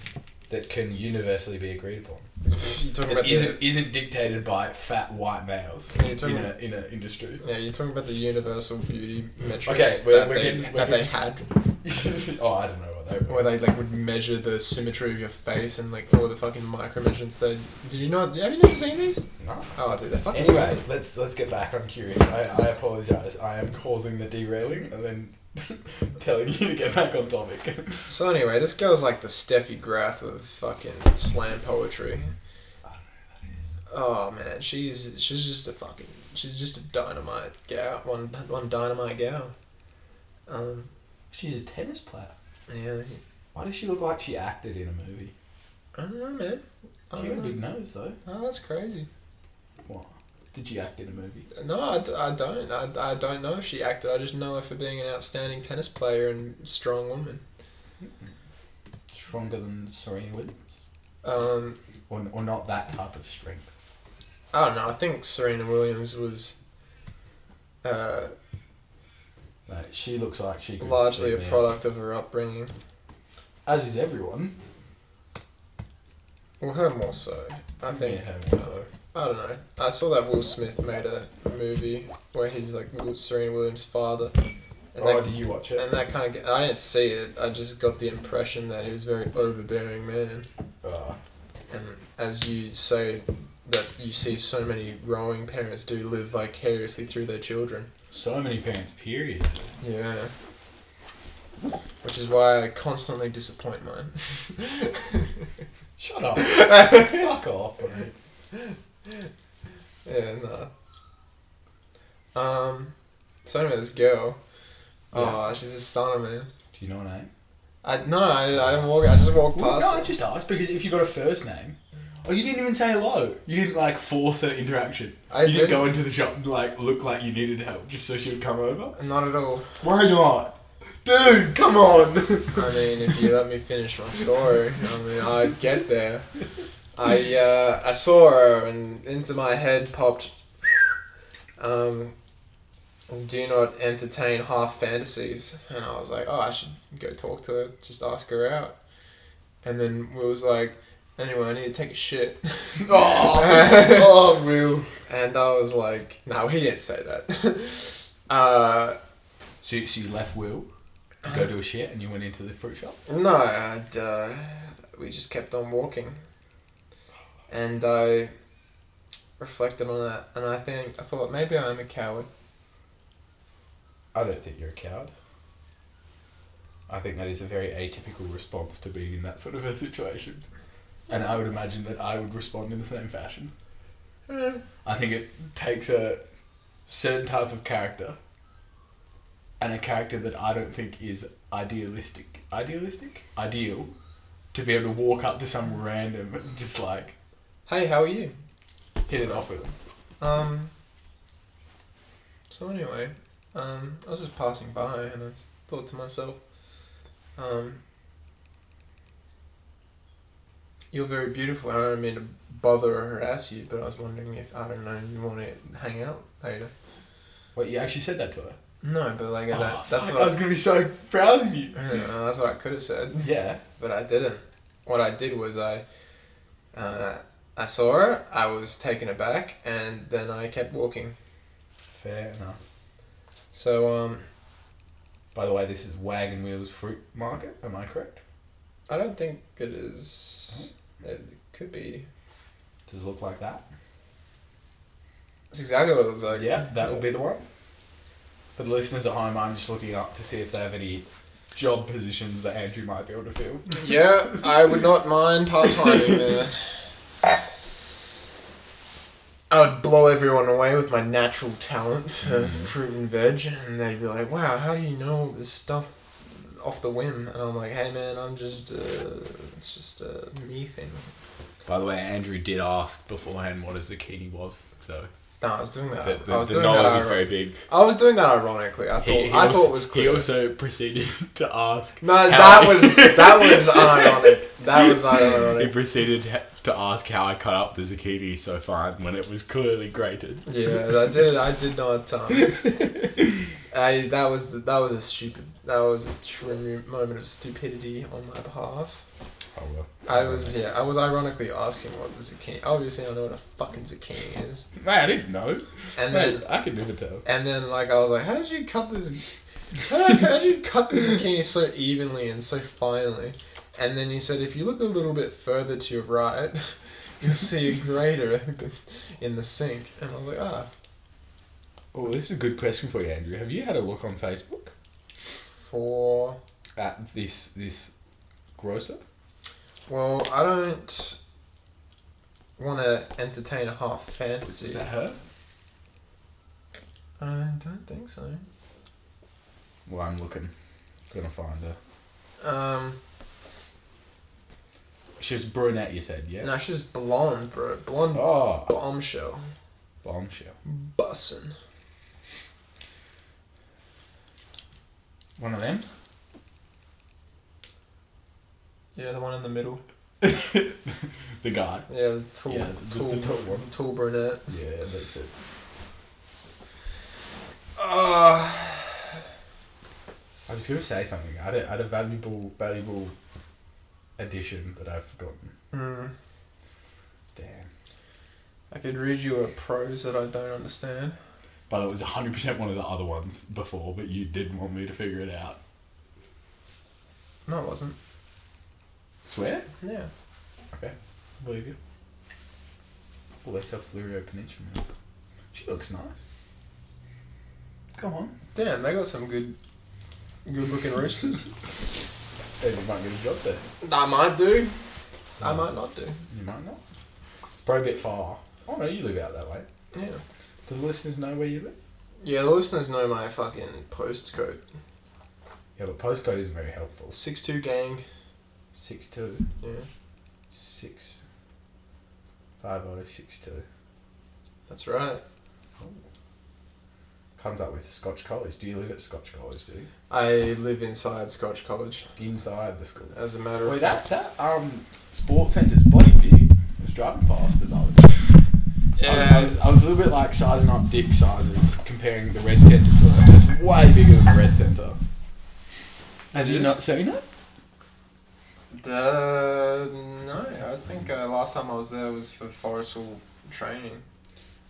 S3: that can universally be agreed upon?
S1: You're talking
S3: That
S1: about the,
S3: isn't, isn't dictated by fat white males
S1: Yeah, you're
S3: in
S1: talking
S3: a, in a industry.
S1: yeah, you're talking about the universal beauty metrics
S3: we're-
S1: that,
S3: we're
S1: they,
S3: getting- we're
S1: that they
S3: getting-
S1: had.
S3: oh, I don't know what they
S1: where
S3: were.
S1: they like would measure the symmetry of your face and like all the fucking micro measurements. They did you not? Have you never seen these?
S3: No.
S1: Oh, dude, they're fucking.
S3: Anyway, let's let's get back. I'm curious. I, I apologize. I am causing the derailing and then telling you to get back on topic.
S1: So anyway, this girl's like the Steffi Graf of fucking slam poetry. Oh man, she's she's just a fucking she's just a dynamite gal. One one dynamite gal. Um,
S3: She's a tennis player.
S1: yeah,
S3: Why does she look like she acted in a movie?
S1: I don't know, man. I
S3: She got a
S1: don't know.
S3: big nose though.
S1: Oh, that's crazy.
S3: Why? Did she act in a movie?
S1: No, I, d- I don't. I, I don't know if she acted. I just know her for being an outstanding tennis player and strong woman.
S3: Stronger than Serena Williams.
S1: Um,
S3: or, or not that type of strength.
S1: I don't know. I think Serena Williams was uh,
S3: Like she looks like she could
S1: largely a
S3: beat me up.
S1: product of her upbringing.
S3: as is everyone.
S1: Well, her more so. I think. uh,
S3: Yeah, her more so.
S1: I don't know. I saw that Will Smith made a movie where he's like Will- Serena Williams' father. And
S2: oh,
S1: that,
S2: do you watch it?
S1: and that kind of. I didn't see it. I just got the impression that he was a very overbearing man.
S3: Ah,
S2: Oh,
S1: And as you say, that you see so many growing parents do live vicariously through their children.
S3: So many parents, period.
S1: Yeah. Which is why I constantly disappoint mine.
S3: Shut up. Fuck off, mate.
S1: Yeah, nah. uh, Um, so anyway, this girl. Oh, she's a stunner, man.
S3: Do you know her name?
S1: I no, I, I walk. I just walk
S3: Well,
S1: past.
S3: no, I
S1: it.
S3: just asked because if you got a first name, oh, you didn't even say hello. You didn't like force an interaction.
S1: I
S3: you
S1: didn't.
S3: didn't, go into the shop and like look like you needed help just so she would come over.
S1: Not at all.
S3: Why not, dude? Come on.
S1: I mean, if you let me finish my story, I mean, I'd get there. I uh, I saw her, and into my head popped. Um, do not entertain half fantasies, and I was like, oh, I should go talk to her, just ask her out. And then Will was like, anyway, I need to take a shit.
S2: oh, oh, Will.
S1: And I was like, no, he didn't say that. uh,
S3: So, you- so you left Will to go do a shit, and you went into the fruit shop.
S1: no, I'd, uh, we just kept on walking. And I reflected on that, and I think I thought maybe I am a coward.
S3: I don't think you're a coward. I think that is a very atypical response to being in that sort of a situation. And I would imagine that I would respond in the same fashion. I think it takes a certain type of character and a character that I don't think is idealistic. Idealistic? Ideal. To be able to walk up to some random and just like
S1: Hey, how are you?
S3: hit it off with them.
S1: Um. So anyway, um, I was just passing by, and I thought to myself, um, you're very beautiful, and I don't mean to bother or harass you, but I was wondering if I don't know you want to hang out later.
S3: Wait, you actually said that to her?
S1: No, but like
S3: Oh,
S1: that, that's
S3: fuck,
S1: what
S3: I was going to be so proud of you.
S1: I, uh, that's what I could have said,
S3: Yeah.
S1: but I didn't. What I did was I, uh, I saw her. I was taken aback, and then I kept walking.
S3: Fair enough.
S1: So um,
S3: By the way, this is Wagon Wheels Fruit Market. Am I correct?
S1: I don't think it is. It could be.
S3: Does it look like that?
S1: That's exactly what it looks like.
S3: Yeah, that will be the one. For the listeners at home, I'm just looking up to see if they have any job positions that Andrew might be able to fill.
S1: Yeah, I would not mind part timing there. I would blow everyone away with my natural talent for fruit and veg, and they'd be like, "Wow, how do you know all this stuff off the whim?" And I'm like, "Hey, man, I'm just uh, it's just a me thing."
S3: By the way, Andrew did ask beforehand what a zucchini was, so
S1: No, I was doing that.
S3: the, the,
S1: I was
S3: the
S1: doing that.
S3: knowledge is
S1: ir-
S3: very big.
S1: I was doing that ironically. I thought
S3: He, he
S1: I
S3: also,
S1: thought it was clear.
S3: He also proceeded to ask.
S1: no,
S3: how
S1: that
S3: I-
S1: was that was ironic. That was ironic.
S3: He proceeded ha- to ask how I cut up the zucchini so fine when it was clearly grated. Oh,
S1: Yeah, I did. I did not. Um, I that was the, that was a stupid. That was a true moment of stupidity on my behalf.
S3: Oh well.
S1: I was yeah. I was ironically asking what the zucchini. Obviously, I know what a fucking zucchini is.
S3: Man, I didn't know.
S1: And
S3: Man,
S1: then
S3: I could never tell.
S1: and then like I was like, how did you cut this? How did, how did you cut the zucchini so evenly and so finely? And then you said, if you look a little bit further to your right, you'll see a grater in the sink. And I was like, ah,
S3: Oh, this is a good question for you, Andrew. Have you had a look on Facebook
S1: for
S3: at this this grocer?
S1: Well, I don't want to entertain a half fantasy.
S3: her?
S1: I don't think so.
S3: Well, I'm looking. Gonna find her.
S1: Um,
S3: She's brunette, you said, yeah?
S1: no, she's blonde, bro. Blonde
S3: Oh,
S1: bombshell,
S3: bombshell.
S1: bussin.
S3: One of them?
S1: Yeah, the one in the middle.
S3: The guy.
S1: Yeah, the tall,
S3: Yeah, the-
S1: tall,
S3: the tall one.
S1: tall brunette.
S3: Yeah, that makes sense.
S1: Uh,
S3: I was gonna say something. I had a, I had a valuable, valuable addition that I've forgotten.
S1: mm,
S3: Damn.
S1: I could read you a prose that I don't understand.
S3: But it was 100% one of the other ones before, but you did want me to figure it out.
S1: No, it wasn't.
S3: Swear?
S1: Yeah.
S3: Okay. I believe you. Well, that's how Fluorio Peninsula. man. She looks nice. Come on.
S1: Damn, they got some good, good looking roosters.
S3: Hey, you might get a job there.
S1: I might do. I might not do.
S3: You might not. Probably a bit far. Oh no, you live out that way.
S1: Yeah.
S3: Do the listeners know where you live?
S1: Yeah, the listeners know my fucking postcode.
S3: Yeah, but postcode isn't very helpful.
S1: Six two gang.
S3: Six two
S1: Yeah.
S3: six five oh six two.
S1: That's right.
S3: Comes up with Scotch College. Do you live at Scotch College? Do you?
S1: I live inside Scotch College.
S3: Inside the school.
S1: As a matter of
S3: Wait,
S1: fact.
S3: that that um sports centre's bloody big. I was driving past it the other day. I,
S1: Yeah.
S3: was, I was a little bit like sizing up dick sizes, comparing the red centre to it. It's way bigger than the red centre. Have
S1: It
S3: you
S1: is?
S3: not seen it?
S1: Uh, no, I think uh, last time I was there was for Forestville training.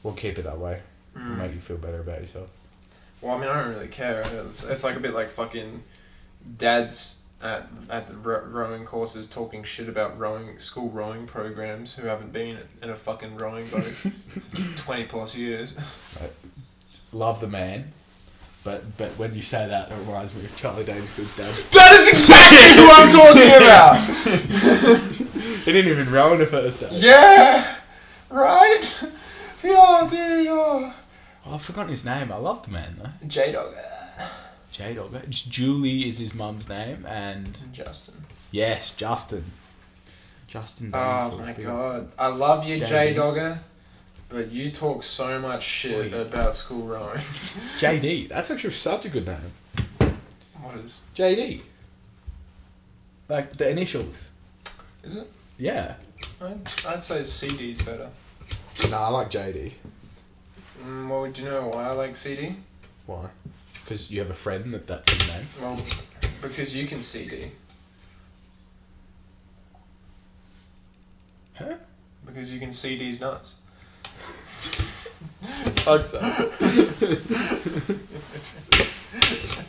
S3: We'll keep it that way.
S1: Mm.
S3: Make you feel better about yourself.
S1: Well, I mean, I don't really care. It's, it's like a bit like fucking dads at, at the ro- rowing courses talking shit about rowing school rowing programs who haven't been in a fucking rowing boat for 20 plus years.
S3: Love the man, but but when you say that, it reminds me of Charlie Dangerfield's dad.
S1: That is exactly who I'm talking about!
S3: he didn't even row in the first day.
S1: Yeah! Right? Yeah, dude. Oh.
S3: Oh, I've forgotten his name. I love the man though.
S1: J Dog.
S3: J Dog. Julie is his mum's name, and
S1: Justin.
S3: yes, Justin. Justin.
S1: Oh
S3: Dangerfield,
S1: my
S3: big
S1: god. I love you, J
S3: JD.
S1: Dogger, but you talk so much shit
S3: Oi.
S1: about school rowing.
S3: JD. That's actually such a good name.
S1: What is?
S3: JD. Like the initials.
S1: Is it?
S3: Yeah.
S1: I'd, I'd say CD's better.
S3: No, I like JD.
S1: Mm, well, do you know why I like CD?
S3: Why? Because you have a friend that that's his name.
S1: Well, because you can CD.
S3: Huh?
S1: Because you can CD's nuts.
S2: Fuck's sake.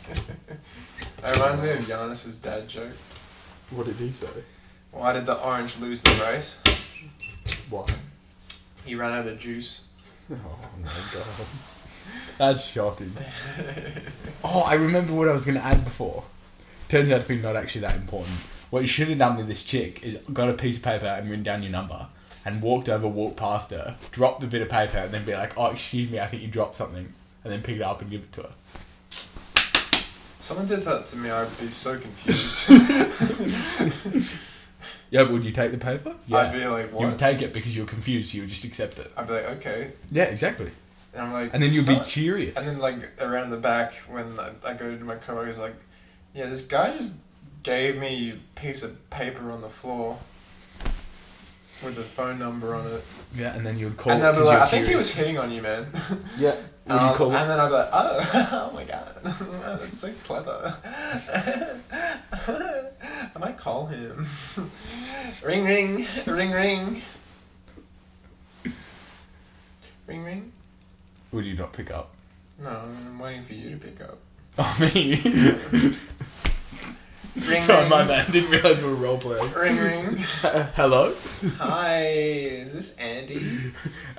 S1: That reminds me of Giannis's dad joke.
S2: What did he say?
S1: Why did the orange lose the race?
S2: Why?
S1: He ran out of juice.
S3: Oh my god. That's shocking. oh, I remember what I was going to add before. Turns out to be not actually that important. What you should have done with this chick is got a piece of paper and written down your number and walked over, walked past her, dropped the bit of paper, and then be like, oh, excuse me, I think you dropped something. And then pick it up and give it to her.
S1: Someone did that to me, I'd be so confused.
S3: Yeah, but would you take the paper?
S1: I'd be like,
S3: You would
S1: what?
S3: take it because you were confused, so you would just accept it.
S1: I'd be like, okay.
S3: Yeah, exactly.
S1: And I'm like,
S3: And then you'd be
S1: "Son-"
S3: curious.
S1: And then like around the back when I, I go to my coworkers, like, yeah, this guy just gave me a piece of paper on the floor with the phone number on it,
S3: yeah, and then you'd call
S1: and
S3: it
S1: they'd be
S3: 'cause
S1: like,
S3: you're
S1: I think he
S3: curious.
S1: was hitting on you, man.
S2: Yeah.
S1: And, I
S3: you
S1: was-
S3: call it-
S1: and then I'd be like, oh, oh my god, Wow, that's so clever. I might call him. ring, ring, ring, ring. Ring, ring.
S3: Would you not pick up?
S1: No, I'm waiting for you to pick up.
S3: Oh, me.
S1: Ring,
S3: Sorry,
S1: ring.
S3: my bad. Didn't realize we were role playing.
S1: Ring, ring.
S3: Hello.
S1: Hi, is this Andy?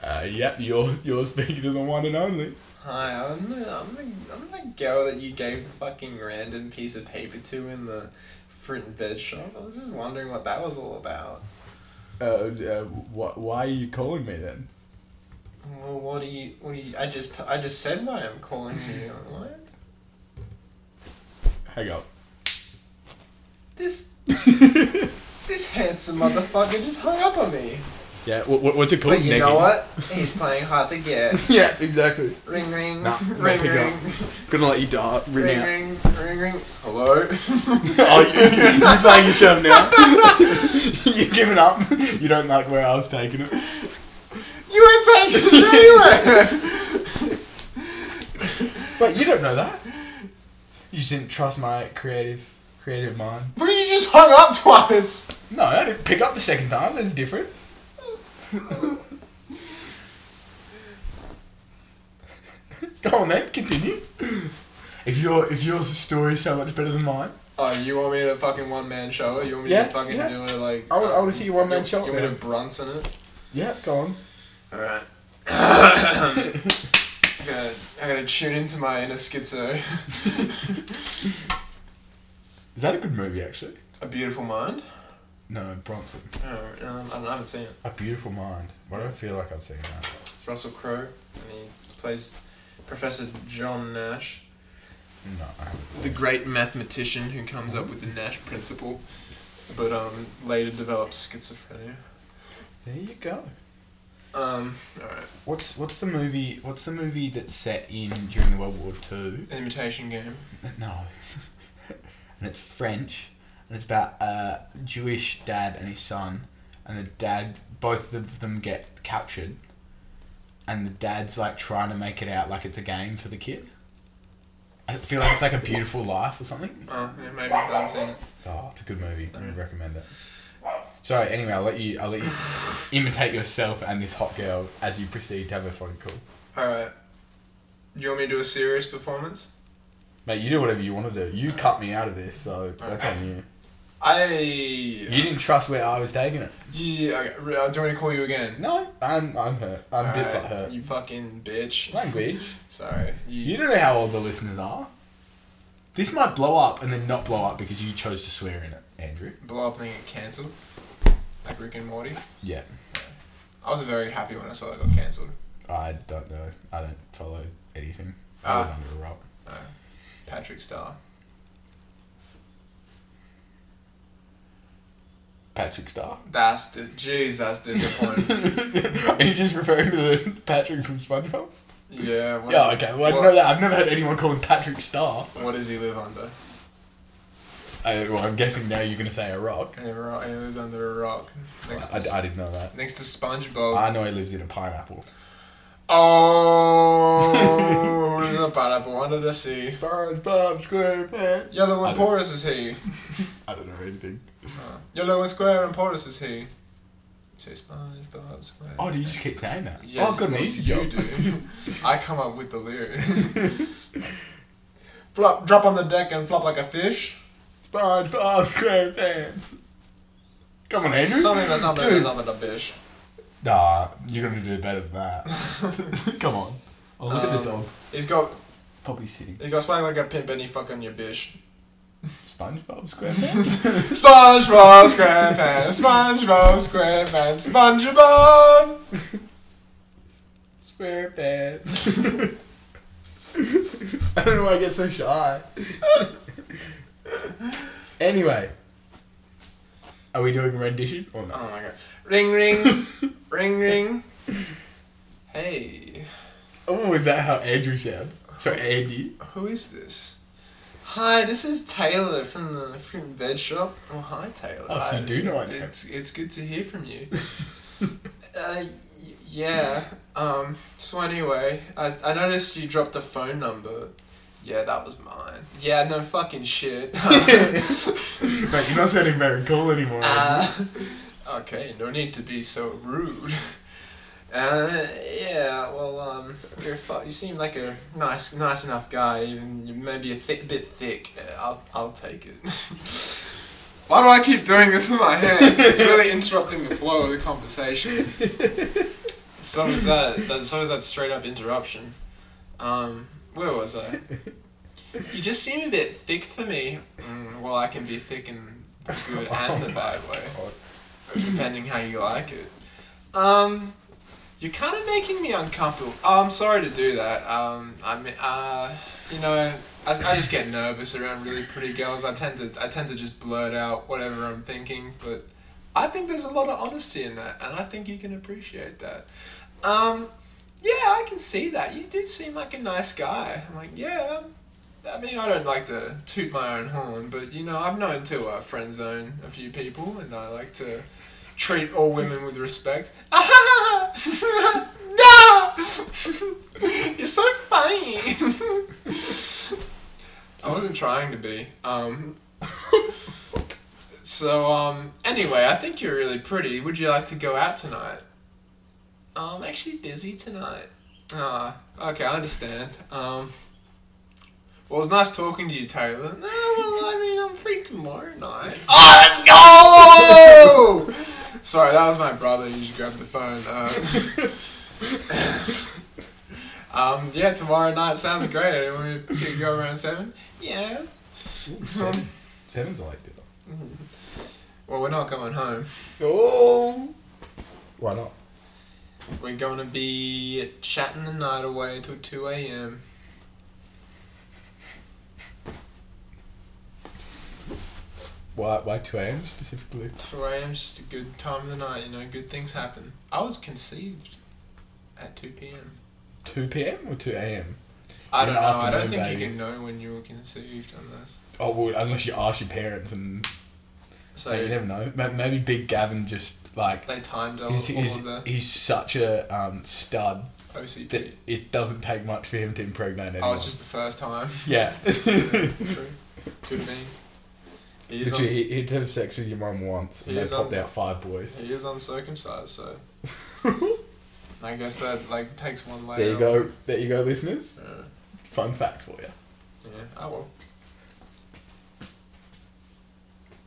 S3: Uh, yep, you're you're speaking to the one and only.
S1: Hi, I'm the, I'm the, I'm the girl that you gave the fucking random piece of paper to in the fruit and veg shop. I was just wondering what that was all about.
S3: Uh, uh, wh- why are you calling me then?
S1: Well, what do you? What do you? I just I just said why I'm calling you. What?
S3: Hang up.
S1: This this handsome motherfucker just hung up on me.
S3: Yeah. wh- wh- what's it called?
S1: But you know
S3: Negging?
S1: what? He's playing hard to get.
S2: Yeah, exactly.
S1: Ring ring
S3: Nah, not
S1: ring
S3: picking
S1: ring
S3: up.
S2: Gonna let you dart, ring
S1: ring
S2: out.
S1: ring ring ring. Hello.
S3: oh, you, you playing yourself now? You're giving up. You don't like where I was taking it.
S1: you ain't taking it anywhere.
S3: But you don't know that. You just didn't trust my creative creative mind.
S1: but you just hung up twice.
S3: No, I didn't pick up the second time. There's a difference. Go on, then. Continue. If your if your story is so much better than mine,
S1: Oh, you want me to fucking one man show it? You want me
S3: Yeah,
S1: to fucking
S3: yeah.
S1: do it like? um,
S3: I wanna- I wanna see your one-man
S1: you-
S3: show it,
S1: You want me to
S3: man.
S1: Brunson it?
S3: yeah, go on.
S1: All right. I gotta, I gotta tune into my inner schizo.
S3: Is that a good movie actually?
S1: A Beautiful Mind.
S3: No, Bronson.
S1: Oh, um, I, don't, I haven't seen it.
S3: A Beautiful Mind. Why do I feel like I've seen that?
S1: It's Russell Crowe, and he plays Professor John Nash,
S3: No, I haven't. Seen
S1: the great mathematician who comes up with the Nash principle, but um, later develops schizophrenia.
S3: There you go.
S1: Um, all right.
S3: What's what's the movie? What's the movie that's set in during World War Two?
S1: Imitation Game.
S3: No. and it's French, and it's about a Jewish dad and his son, and the dad, both of them get captured, and the dad's like trying to make it out like it's a game for the kid. I feel like it's like a beautiful life or something.
S1: Oh, yeah, maybe I haven't seen it.
S3: Oh, it's a good movie. I would
S1: Okay.
S3: recommend it. So anyway, I'll let you. I'll let you imitate yourself and this hot girl as you proceed to have a phone call.
S1: All right. Do you want me to do a serious performance?
S3: Mate, you do whatever you want to do. You cut me out of this, so that's on you.
S1: I.
S3: You didn't trust where I was taking it.
S1: Yeah, okay. re- uh, Do you want me to call you again?
S3: No, I'm I'm hurt. I'm a bit
S1: Alright,
S3: hurt.
S1: You fucking bitch.
S3: Language.
S1: Sorry.
S3: You don't know how old the listeners are. This might blow up and then not blow up because you chose to swear in it, Andrew.
S1: blow up and get cancelled. Like Rick and Morty.
S3: Yeah.
S1: I was very happy when I saw that got cancelled.
S3: I don't know. I don't follow anything.
S1: Ah.
S3: I live under a rock.
S1: No. Patrick Star.
S3: Patrick Star.
S1: That's di- jeez, that's disappointing.
S3: Are you just referring to the Patrick from SpongeBob?
S1: yeah. What
S3: Yeah,
S1: is-
S3: okay. Well, I
S1: what-
S3: know that. I've never heard anyone call him Patrick Star.
S1: What does he live under?
S3: I, well, I'm guessing now you're going to say a rock.
S1: He ro- he lives under a rock. Next to,
S3: I,
S1: s-
S3: I didn't know that.
S1: next to SpongeBob.
S3: I know he lives in a pineapple.
S1: Oh, there's a pineapple under the sea.
S3: SpongeBob SquarePants.
S1: Yellow
S3: I
S1: and
S3: don't-
S1: porous is he.
S3: I don't know anything.
S1: Yellow and square and porous is he. You say SpongeBob Square.
S3: Oh, do you just keep saying that?
S1: Yeah,
S3: oh, I've got an
S1: well,
S3: easy
S1: you do.
S3: job.
S1: I come up with the lyrics. flop, drop on the deck and flop like a fish.
S3: SpongeBob SquarePants. Come on, Andrew.
S1: Something or something
S3: Dude.
S1: is up with a fish.
S3: Nah, you're gonna do better than that. Come on. Oh, look at
S1: Um,
S3: the dog.
S1: He's got
S3: Probably sitting.
S1: he's got swag like a pimp and he fucking your bitch.
S3: SpongeBob SquarePants.
S1: SpongeBob SquarePants, SpongeBob SquarePants, SpongeBob.
S3: SquarePants. I don't know why I get so shy. anyway, are we doing rendition or not?
S1: Oh my god! Ring ring, ring ring. Hey,
S3: Oh, is that how Andrew sounds? So Andy.
S1: who is this? Hi, this is Taylor from the from Bed Shop. Oh, hi Taylor.
S3: Oh, so you do know I know.
S1: It's it's good to hear from you. uh, y- yeah. Um. So anyway, I I noticed you dropped a phone number. Yeah, that was mine. Yeah, no fucking shit.
S3: Mate, you're not sounding very cool anymore. Andrew.
S1: Uh, okay, no need to be so rude. Uh, yeah, well, um, you're fu- you seem like a nice, nice enough guy. Even you may be a thi- bit thick. Uh, I'll, I'll take it. Why do I keep doing this in my hands? It's really interrupting the flow of the conversation. So is that. that so is that straight up interruption. Um, where was I? You just seem a bit thick for me. Mm, well, I can be thick in the good and the bad way, depending how you like it. Um, you're kind of making me uncomfortable. Oh, I'm sorry to do that. Um, I mean, uh, you know, I, I just get nervous around really pretty girls. I tend to I tend to just blurt out whatever I'm thinking, but I think there's a lot of honesty in that, and I think you can appreciate that. Um, yeah, I can see that. You do seem like a nice guy. I'm like, yeah, I'm I mean, I don't like to toot my own horn, but you know, I've known to uh, friend zone a few people, and I like to treat all women with respect. no! You're so funny. I wasn't trying to be. Um, so, um, anyway, I think you're really pretty. Would you like to go out tonight? I'm actually busy tonight. Ah, okay, I understand. Um, well, it was nice talking to you, Taylor. No, well, I mean, I'm free tomorrow night. Oh, let's go! Sorry, that was my brother. You just grabbed the phone. Uh, um, yeah, tomorrow night sounds great. Want me to go around seven? Yeah.
S3: Seven. Seven's like dinner.
S1: Well, we're not going home.
S6: Oh.
S3: Why not?
S1: We're going to be chatting the night away until 2 a.m.
S3: Why? Why two a.m. specifically?
S1: 2 a.m. is just a good time of the night, you know, good things happen. I was conceived at 2 p.m.
S3: Two p.m. or two a.m.
S1: I
S3: In
S1: don't
S3: the
S1: know, I don't
S3: afternoon,
S1: think
S3: baby.
S1: you can know when you were conceived unless.
S3: Oh well, unless you ask your parents, and
S1: So
S3: like, you never know. May- Maybe Big Gavin just like
S1: they timed all,
S3: he's
S1: all
S3: he's,
S1: of the
S3: he's such a um, stud
S1: OCP.
S3: that it doesn't take much for him to impregnate anyone.
S1: I was just the first time.
S3: yeah.
S1: True. Could be. He is,
S3: Literally,
S1: uns-
S3: he, he'd have sex with your mum once, and
S1: He
S3: they
S1: is
S3: popped
S1: on-
S3: out five boys.
S1: he is uncircumcised, so. I guess that like takes one layer.
S3: There you go. There you go, listeners.
S1: Uh,
S3: Fun fact for you.
S1: yeah. Oh well.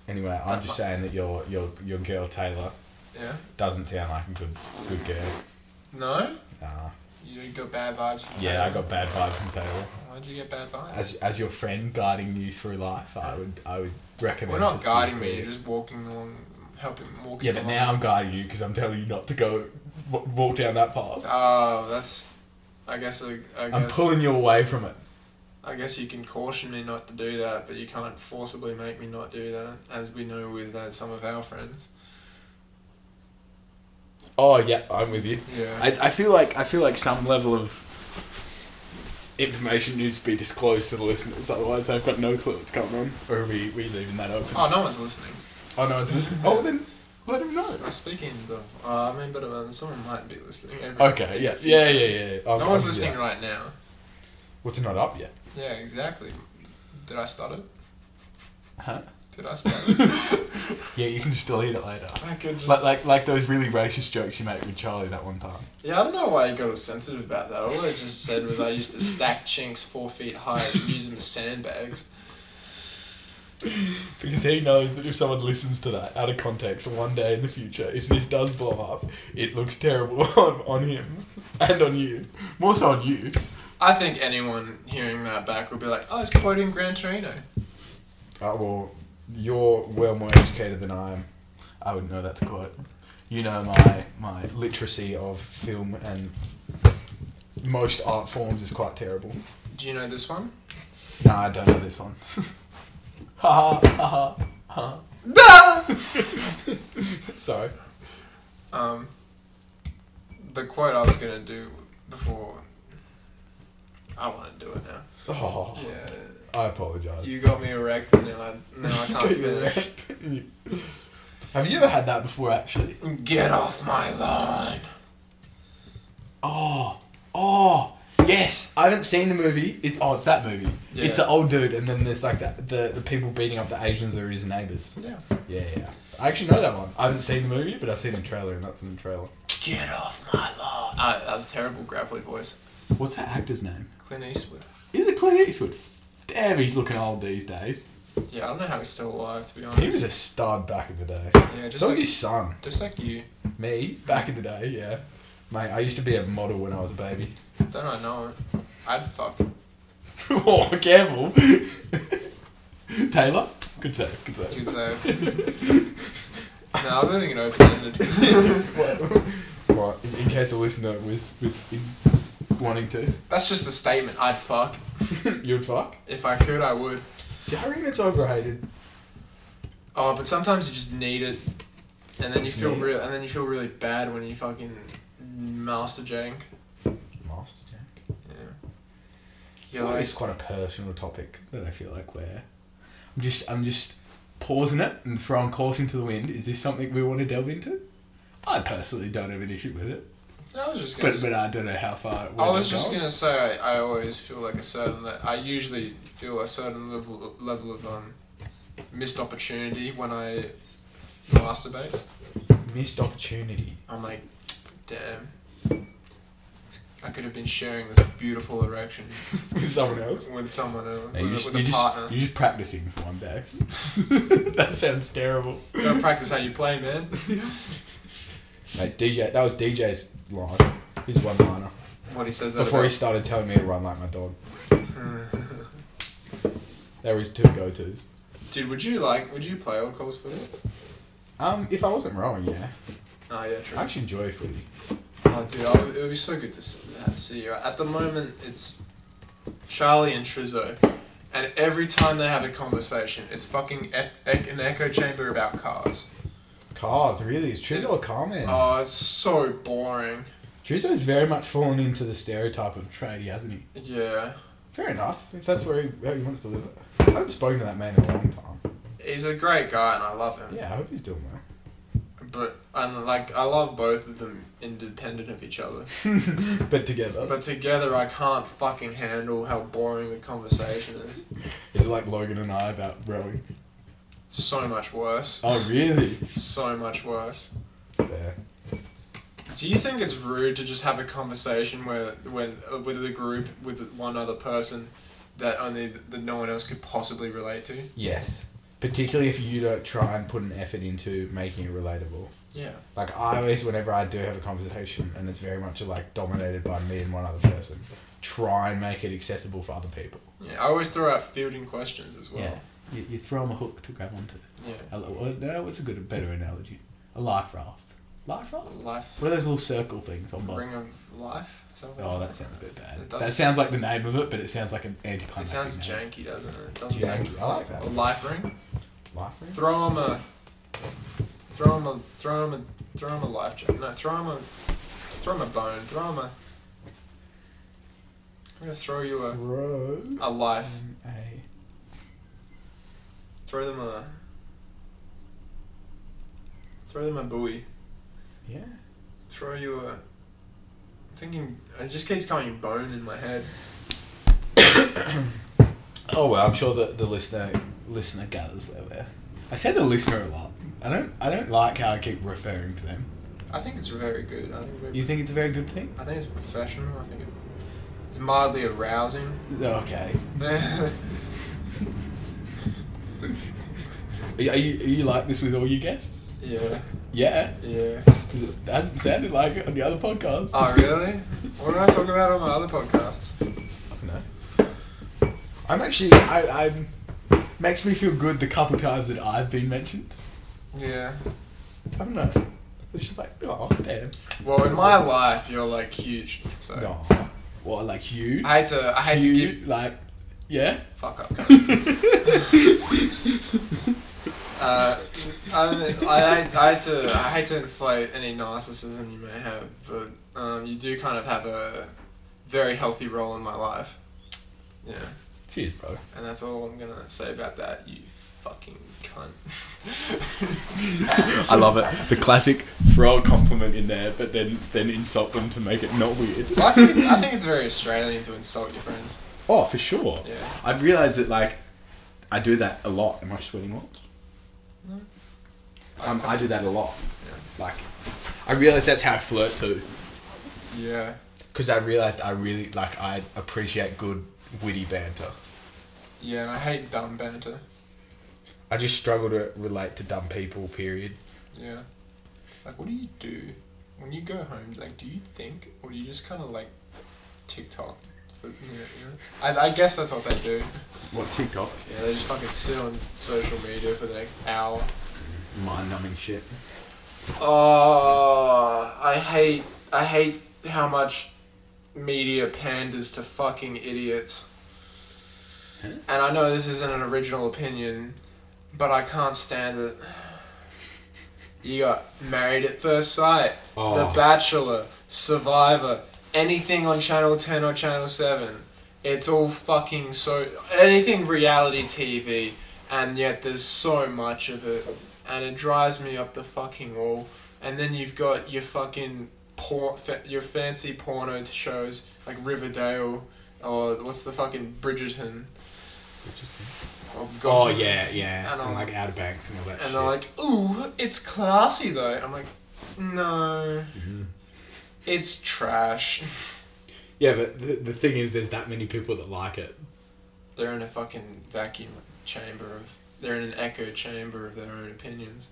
S3: Anyway, I'm just saying that your your your girl Taylor
S1: Yeah.
S3: doesn't sound like a good good girl.
S1: No.
S3: Nah.
S1: You got bad vibes. From
S3: Yeah, I
S1: Taylor?
S3: got bad vibes from Taylor.
S1: Why'd you get bad vibes?
S3: As as your friend guiding you through life, I would I would recommend.
S1: We're not
S3: to
S1: guiding
S3: sleep
S1: me.
S3: with
S1: You're just walking along, helping walking.
S3: Yeah, but
S1: along.
S3: now I'm guiding you because I'm telling you not to go w- walk down that path.
S1: Oh, that's. I guess. I, I
S3: I'm
S1: guess.
S3: pulling you away from it.
S1: I guess you can caution me not to do that, but you can't forcibly make me not do that, as we know with uh, some of our friends.
S3: Oh yeah, I'm with you.
S1: Yeah.
S3: I, I feel like I feel like some level of information needs to be disclosed to the listeners, otherwise they've got no clue what's going on. Or are we, we leaving that open?
S1: oh, no one's listening.
S3: Oh no, it's oh then let them know.
S1: I'm speaking of. Uh, I mean, but uh, someone might be listening. every-
S3: Okay, yeah, yeah, yeah, yeah. yeah.
S1: No one's listening right now.
S3: What's not up yet?
S1: Yeah, exactly. Did I start it?
S2: Huh?
S1: Did I start it?
S3: Yeah, you can just delete it later.
S1: I could just.
S3: Like, like like those really racist jokes you made with Charlie that one time.
S1: Yeah, I don't know why you got all sensitive about that. All I just said was I used to stack chinks four feet high and use them as sandbags.
S3: Because he knows that if someone listens to that out of context one day in the future, if this does blow up, it looks terrible on, on him and on you. More so on you.
S1: I think anyone hearing that back will be like, "Oh, he's quoting Gran Torino."
S3: Uh, well, you're well more educated than I am. I would know that's a quote. You know my my literacy of film and most art forms is quite terrible.
S1: Do you know this one?
S3: No, I don't know this one. ha ha ha ha, ha. Sorry.
S1: Um, the quote I was gonna do before. I want to do it now.
S3: Oh,
S1: Yeah,
S3: I apologise.
S1: you got me erect, and now I now I can't finish.
S3: Have you ever had that before, actually?
S1: Get off my lawn!
S3: Oh, oh, yes. I haven't seen the movie. It, oh, it's that movie.
S1: Yeah.
S3: It's the old dude, and then there's like the, the, the people beating up the Asians that are his neighbours.
S1: Yeah.
S3: Yeah, yeah. I actually know that one. I haven't seen the movie, but I've seen the trailer, and that's in the trailer.
S1: Get off my lawn! Ah, that was a terrible gravelly voice.
S3: What's that actor's name?
S1: Clint Eastwood.
S3: Is it Clint Eastwood? Damn, he's looking old these days.
S1: Yeah, I don't know how he's still alive, to be honest.
S3: He was a stud back in the day.
S1: Yeah, just
S3: so was
S1: like-
S3: his son.
S1: Just like you.
S3: Me, back in the day, yeah. Mate, I used to be a model when I was a baby.
S1: Don't I know it? I'd fuck.
S3: oh, careful. Taylor? Good save, good save.
S1: You'd say. eh? no, I was leaving it open ended.
S3: Right, in, in case the listener was, was in, wanting to,
S1: That's just the statement. I'd fuck.
S3: you'd fuck.
S1: If I could, I would.
S3: Do you reckon it's overrated?
S1: Oh, but sometimes you just need it, and then you
S3: Just
S1: feel
S3: need it.
S1: real, and then you feel really bad when you fucking master jank.
S3: Master Jack.
S1: Yeah. You're like,
S3: it's quite a personal topic that I feel like we're. I'm just, I'm just pausing it and throwing caution to the wind. Is this something we want to delve into? I personally don't have an issue with it,
S1: I was just gonna.
S3: but,
S1: s-
S3: but I don't know how far.
S1: I was just gonna say I, I always feel like a certain. le- I usually feel a certain level level of um, missed opportunity when I masturbate.
S3: missed opportunity.
S1: I'm like, damn, I could have been sharing this beautiful erection
S7: with someone else.
S1: with someone, uh, with,
S3: No, you
S1: a-
S3: just,
S1: with a
S3: you
S1: partner.
S3: just, you're just practicing for one day.
S7: That sounds terrible.
S1: Gotta practice how you play, man.
S3: Mate, DJ, that was DJ's line. His one liner.
S1: What he says that
S3: Before he
S1: about-
S3: started telling me to run like my dog. They were his two go tos.
S1: Dude, would you like? Would you play old calls for it?
S3: Um, if I wasn't wrong, yeah.
S1: Oh yeah, true.
S3: I actually enjoy footy.
S1: Oh, dude, I, it would be so good to see, uh, see you. At the moment, it's Charlie and Trizzo, and every time they have a conversation, it's fucking e- e- an echo chamber about cars.
S3: Cars, really. Is Trizzo a car man?
S1: Oh, it's so boring.
S3: Trizzo's very much fallen into the stereotype of tradie, hasn't he?
S1: Yeah,
S3: Fair enough. If that's where he, where he wants to live it. I haven't spoken to that man in a long time.
S1: he's a great guy, and I love him.
S3: Yeah, I hope he's doing well.
S1: But and like, I love both of them, independent of each other.
S3: but together.
S1: But together, I can't fucking handle how boring the conversation is.
S3: Is it like Logan and I about rowing?
S1: So much worse.
S3: Oh, really?
S1: So much worse.
S3: Fair.
S1: Do you think it's rude to just have a conversation where when uh, with a group with one other person that only that no one else could possibly relate to?
S3: Yes. Particularly if you don't try and put an effort into making it relatable.
S1: Yeah.
S3: Like, I always, whenever I do have a conversation and it's very much like dominated by me and one other person, try and make it accessible for other people.
S1: Yeah. I always throw out fielding questions as well.
S3: You, you throw them a hook to grab onto.
S1: Yeah.
S3: A, li- well, no, what's a good, a better analogy? A life raft. Life raft?
S1: Life.
S3: What are those little circle things on boats?
S1: Ring of life. Something.
S3: Oh, that sounds a bit bad.
S1: It does-
S3: that sounds like the name of it, but it sounds like an anticlimactic
S1: It sounds
S3: name.
S1: janky, doesn't it? It doesn't sound.
S3: Janky. I like that.
S1: A life ring.
S3: Life raft?
S1: Throw him a. Throw him a. Throw him a. Throw him a life jacket. No, throw him a. Throw him a bone. Throw him a. I'm gonna throw you a.
S3: Throw
S1: A life.
S3: a
S1: Throw them a. Throw them a buoy.
S3: yeah.
S1: Throw you a. I'm thinking. It just keeps coming bone in my head.
S3: Oh well, I'm sure the, the listener listener gathers where they're. I say the listener a lot. I don't I don't like how I keep referring to them.
S1: I think it's very good. I think. Very,
S3: You think it's a very good thing?
S1: I think it's professional. I think it, it's mildly arousing.
S3: Oh, Okay.
S1: yeah,
S3: Are you, are you like this with all your guests? Yeah.
S1: yeah.
S3: 'Cause it hasn't sounded like it on the other podcast.
S1: Oh really? What do I talk about on my other podcasts?
S3: No. I'm actually I I'm makes me feel good the couple times that I've been mentioned.
S1: Yeah.
S3: I don't know. It's just like oh damn.
S1: Well, in my life, you're like huge. So
S3: No. What like you?
S1: I had to. I had to
S3: you
S1: give.
S3: like yeah.
S1: Fuck up, cunt. uh, I, I, I, hate to, I hate to inflate any narcissism you may have, but um, you do kind of have a very healthy role in my life. Yeah,
S3: Cheers, bro.
S1: and that's all I'm gonna say about that. You fucking cunt.
S3: I love it. The classic throw a compliment in there, but then then insult them to make it not weird.
S1: I think, it's, I think it's very Australian to insult your friends.
S3: Oh, for sure.
S1: Yeah.
S3: I've realised that like I do that a lot. Am I sweating lots? Um, I do that a lot. Like I realised that's how I flirt too.
S1: Yeah.
S3: Because I realised I really like I appreciate good witty banter.
S1: Yeah, and I hate dumb banter.
S3: I just struggle to relate to dumb people. Period.
S1: Yeah. Like, what do you do when you go home? Like, do you think, or do you just kind of like TikTok? For, you know, you know? I, I guess that's what they do.
S3: What TikTok?
S1: Yeah, they just fucking sit on social media for the next hour.
S3: Mind numbing shit.
S1: Oh, I hate, I hate how much media panders to fucking idiots.
S3: Huh?
S1: And I know this isn't an original opinion, but I can't stand it. You got Married at First Sight,
S3: Oh.
S1: The Bachelor, Survivor, anything on Channel 10 or Channel 7. It's all fucking so. Anything reality TV, and yet there's so much of it, and it drives me up the fucking wall. And then you've got your fucking. Por- fa- your fancy porno shows like Riverdale or what's the fucking Bridgerton or
S3: Oh
S1: Gotham.
S3: yeah, yeah.
S1: And,
S3: And,
S1: um,
S3: like Outer Banks and all that. shit.
S1: And Mm-hmm. they're like, ooh, it's classy though. I'm like, no. It's trash.
S3: Yeah, but the, the thing is, there's that many people that like it.
S1: They're in a fucking vacuum chamber of. They're in an echo chamber of their own opinions.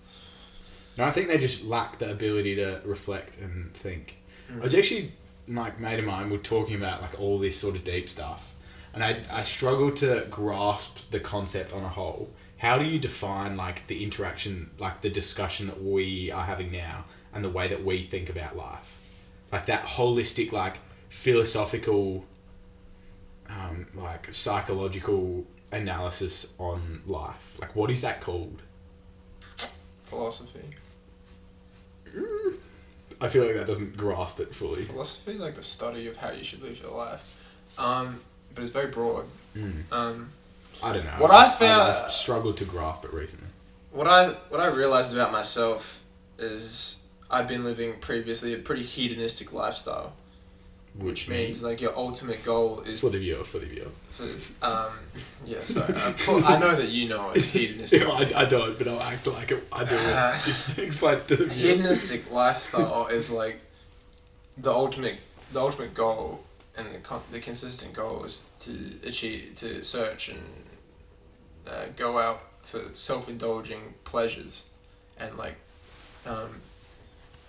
S3: No, I think they just lack the ability to reflect and think. I was actually like mate of mine were talking about like all this sort of deep stuff, and I I struggle to grasp the concept on a whole. How do you define like the interaction, like the discussion that we are having now, and the way that we think about life, like that holistic, like philosophical, um, like psychological analysis on life. Like, what is that called?
S1: Philosophy.
S3: I feel like that doesn't grasp it fully.
S1: Philosophy is like the study of how you should live your life, um, but it's very broad. Um,
S3: I don't know.
S1: What
S3: I've-
S1: I
S3: I've
S1: found-
S3: struggled to grasp it recently.
S1: what I what I realized about myself is I've been living previously a pretty hedonistic lifestyle, which means like your ultimate goal is
S3: for the viewer, for the viewer.
S1: for um yeah. Sorry, I, call- I know that you know it's hedonistic.
S3: Yeah, I, I don't, but I'll act like it. I do
S1: Ah.
S3: it. Just explain it to the viewer.
S1: hedonistic lifestyle is like the ultimate the ultimate goal and the con- the consistent goal is to achieve to search and uh, go out for self indulging pleasures and like um,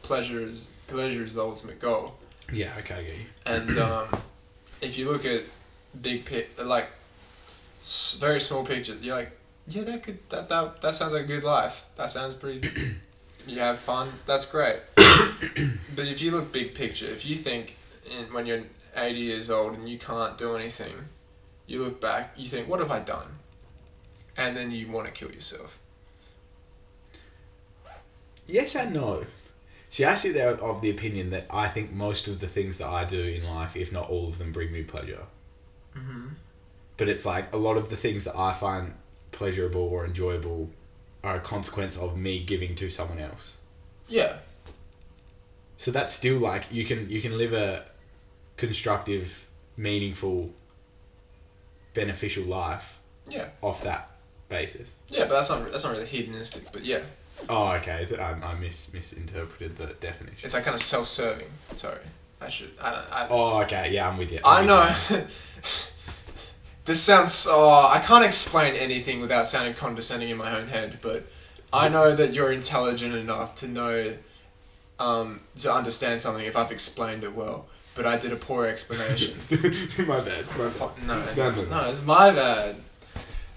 S1: pleasure is pleasure is the ultimate goal
S3: Yeah, okay, I get you.
S1: and um, if you look at big pic, like s- very small pictures, you're like, yeah, that could that that that sounds like a good life. That sounds pretty. you have fun. That's great. but if you look big picture, if you think in, when you're 80 years old and you can't do anything, you look back, you think, what have I done? And then you want to kill yourself.
S3: Yes and no. See, I sit there of the opinion that I think most of the things that I do in life, if not all of them, bring me pleasure.
S1: Mm-hmm.
S3: But it's like a lot of the things that I find pleasurable or enjoyable are a consequence of me giving to someone else.
S1: Yeah.
S3: So that's still like you can you can live a constructive, meaningful, beneficial life
S1: Yeah.
S3: off that basis.
S1: Yeah, but that's not that's not really hedonistic. But yeah,
S3: Oh, okay. So I, I mis- misinterpreted the definition.
S1: it's like kind of self-serving. Sorry, I should. I don't. I,
S3: Oh, okay. Yeah, I'm with you.
S1: I
S3: I'm with you.
S1: know. this sounds. Oh, I can't explain anything without sounding condescending in my own head, but I know that you're intelligent enough to know, um, to understand something if I've explained it well. But I did a poor explanation.
S3: my bad. My bad.
S1: no, no,
S3: No, no, no.
S1: it's my bad.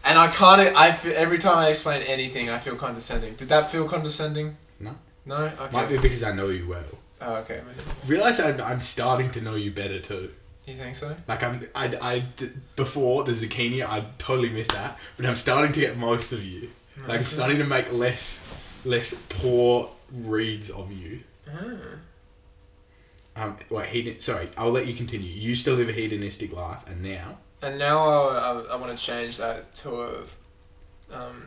S1: And I can't. I feel, every time I explain anything, I feel condescending. Did that feel condescending?
S3: No.
S1: No. Okay.
S3: Might be because I know you well.
S1: Oh, okay. Maybe.
S3: Realize I'm, I'm starting to know you better too.
S1: You think so?
S3: Like I'm, I, I th- before the zucchini, I totally missed that, but I'm starting to get most of you. Like I'm starting to make less, less poor reads of you. Um, wait, hedon. Sorry, I'll let you continue. You used to live a hedonistic life, and now
S1: And now I, I, want to change that to of um,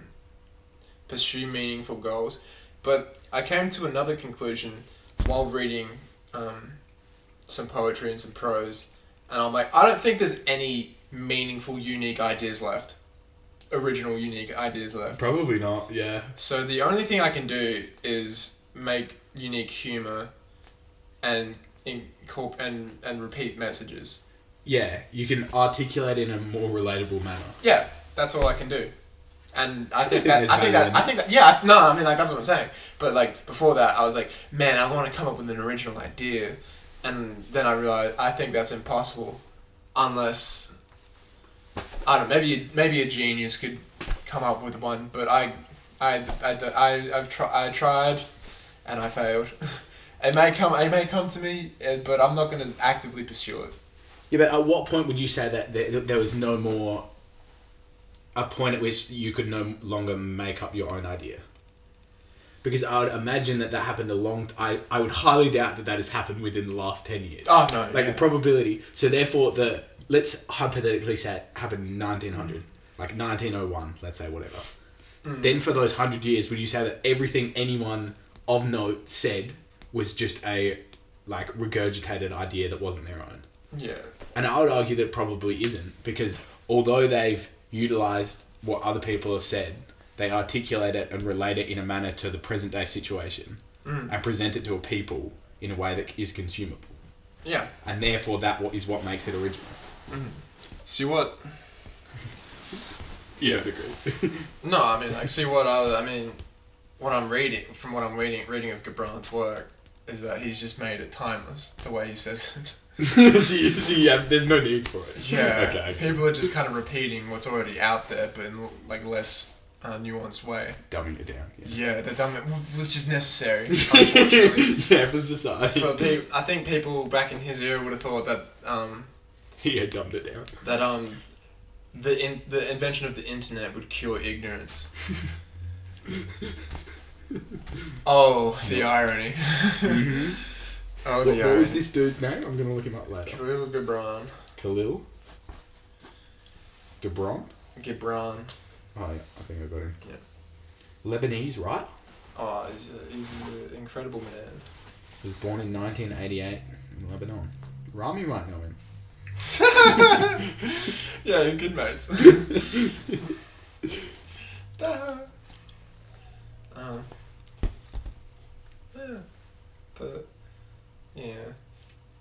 S1: pursue meaningful goals. But I came to another conclusion while reading um, some poetry and some prose, and I'm like, I don't think there's any meaningful, unique ideas left, original, unique ideas left.
S3: probably not. Yeah.
S1: So the only thing I can do is make unique humor and incorp- and and repeat messages.
S3: Yeah, you can articulate in a more relatable manner.
S1: Yeah, that's all I can do. And I think
S3: think
S1: that
S3: there's
S1: I think
S3: value
S1: that
S3: in
S1: I think that yeah I- no I mean like that's what I'm saying. But like before that, I was like, man, I want to come up with an original idea, and then I realized I think that's impossible, unless I don't know, maybe maybe a genius could come up with one. But I I I d- I have tried I tried, and I failed. It may come, it may come to me, eh, but I'm not going to actively pursue it.
S3: Yeah, but at what point would you say that there, there was no more? A point at which you could no longer make up your own idea. Because I would imagine that that happened a long. I I would highly doubt that that has happened within the last ten years.
S1: Oh no!
S3: like
S1: yeah.
S3: the probability. So therefore, the let's hypothetically say it happened in nineteen hundred, like nineteen oh one. Let's say whatever.
S1: Hmm.
S3: Then for those hundred years, would you say that everything anyone of note said was just a like regurgitated idea that wasn't their own?
S1: yeah.
S3: And I would argue that it probably isn't because although they've utilized what other people have said, they articulate it and relate it in
S1: Mm.
S3: a manner to the present day situation and present it to a people in a way that is consumable.
S1: Yeah.
S3: and therefore that what is what makes it original.
S1: See what?
S3: Yeah, I'd agree.
S1: No, I mean, like, see what other. I mean, what I'm reading from what I'm reading reading of Gabran's work is that he's just made it timeless the way he says it.
S3: see, see, yeah, there's no need for it.
S1: Yeah.
S3: Okay.
S1: People are just kind of repeating what's already out there, but in like less uh, nuanced way.
S3: Dumbing it down. Yeah,
S1: Yeah, they're dumb, which is necessary. Unfortunately,
S3: yeah for society.
S1: for pe- I think people back in his era would have thought that um,
S3: he had dumbed it down.
S1: that um, the in- the invention of the internet would cure ignorance. oh, the irony! oh,
S3: Mm-hmm. What,
S1: the
S3: what
S1: irony.
S3: was this dude's name? I'm gonna look him up later.
S1: Khalil Gibran.
S3: Khalil. Gabron.
S1: Gibran.
S3: Oh, yeah, I think I got him.
S1: Yeah.
S3: Lebanese, right?
S1: Oh, he's, a, he's an incredible man.
S3: Was born in 1988 in Lebanon. Rami might know him.
S1: yeah, you're good mates. Duh. um, yeah, but yeah,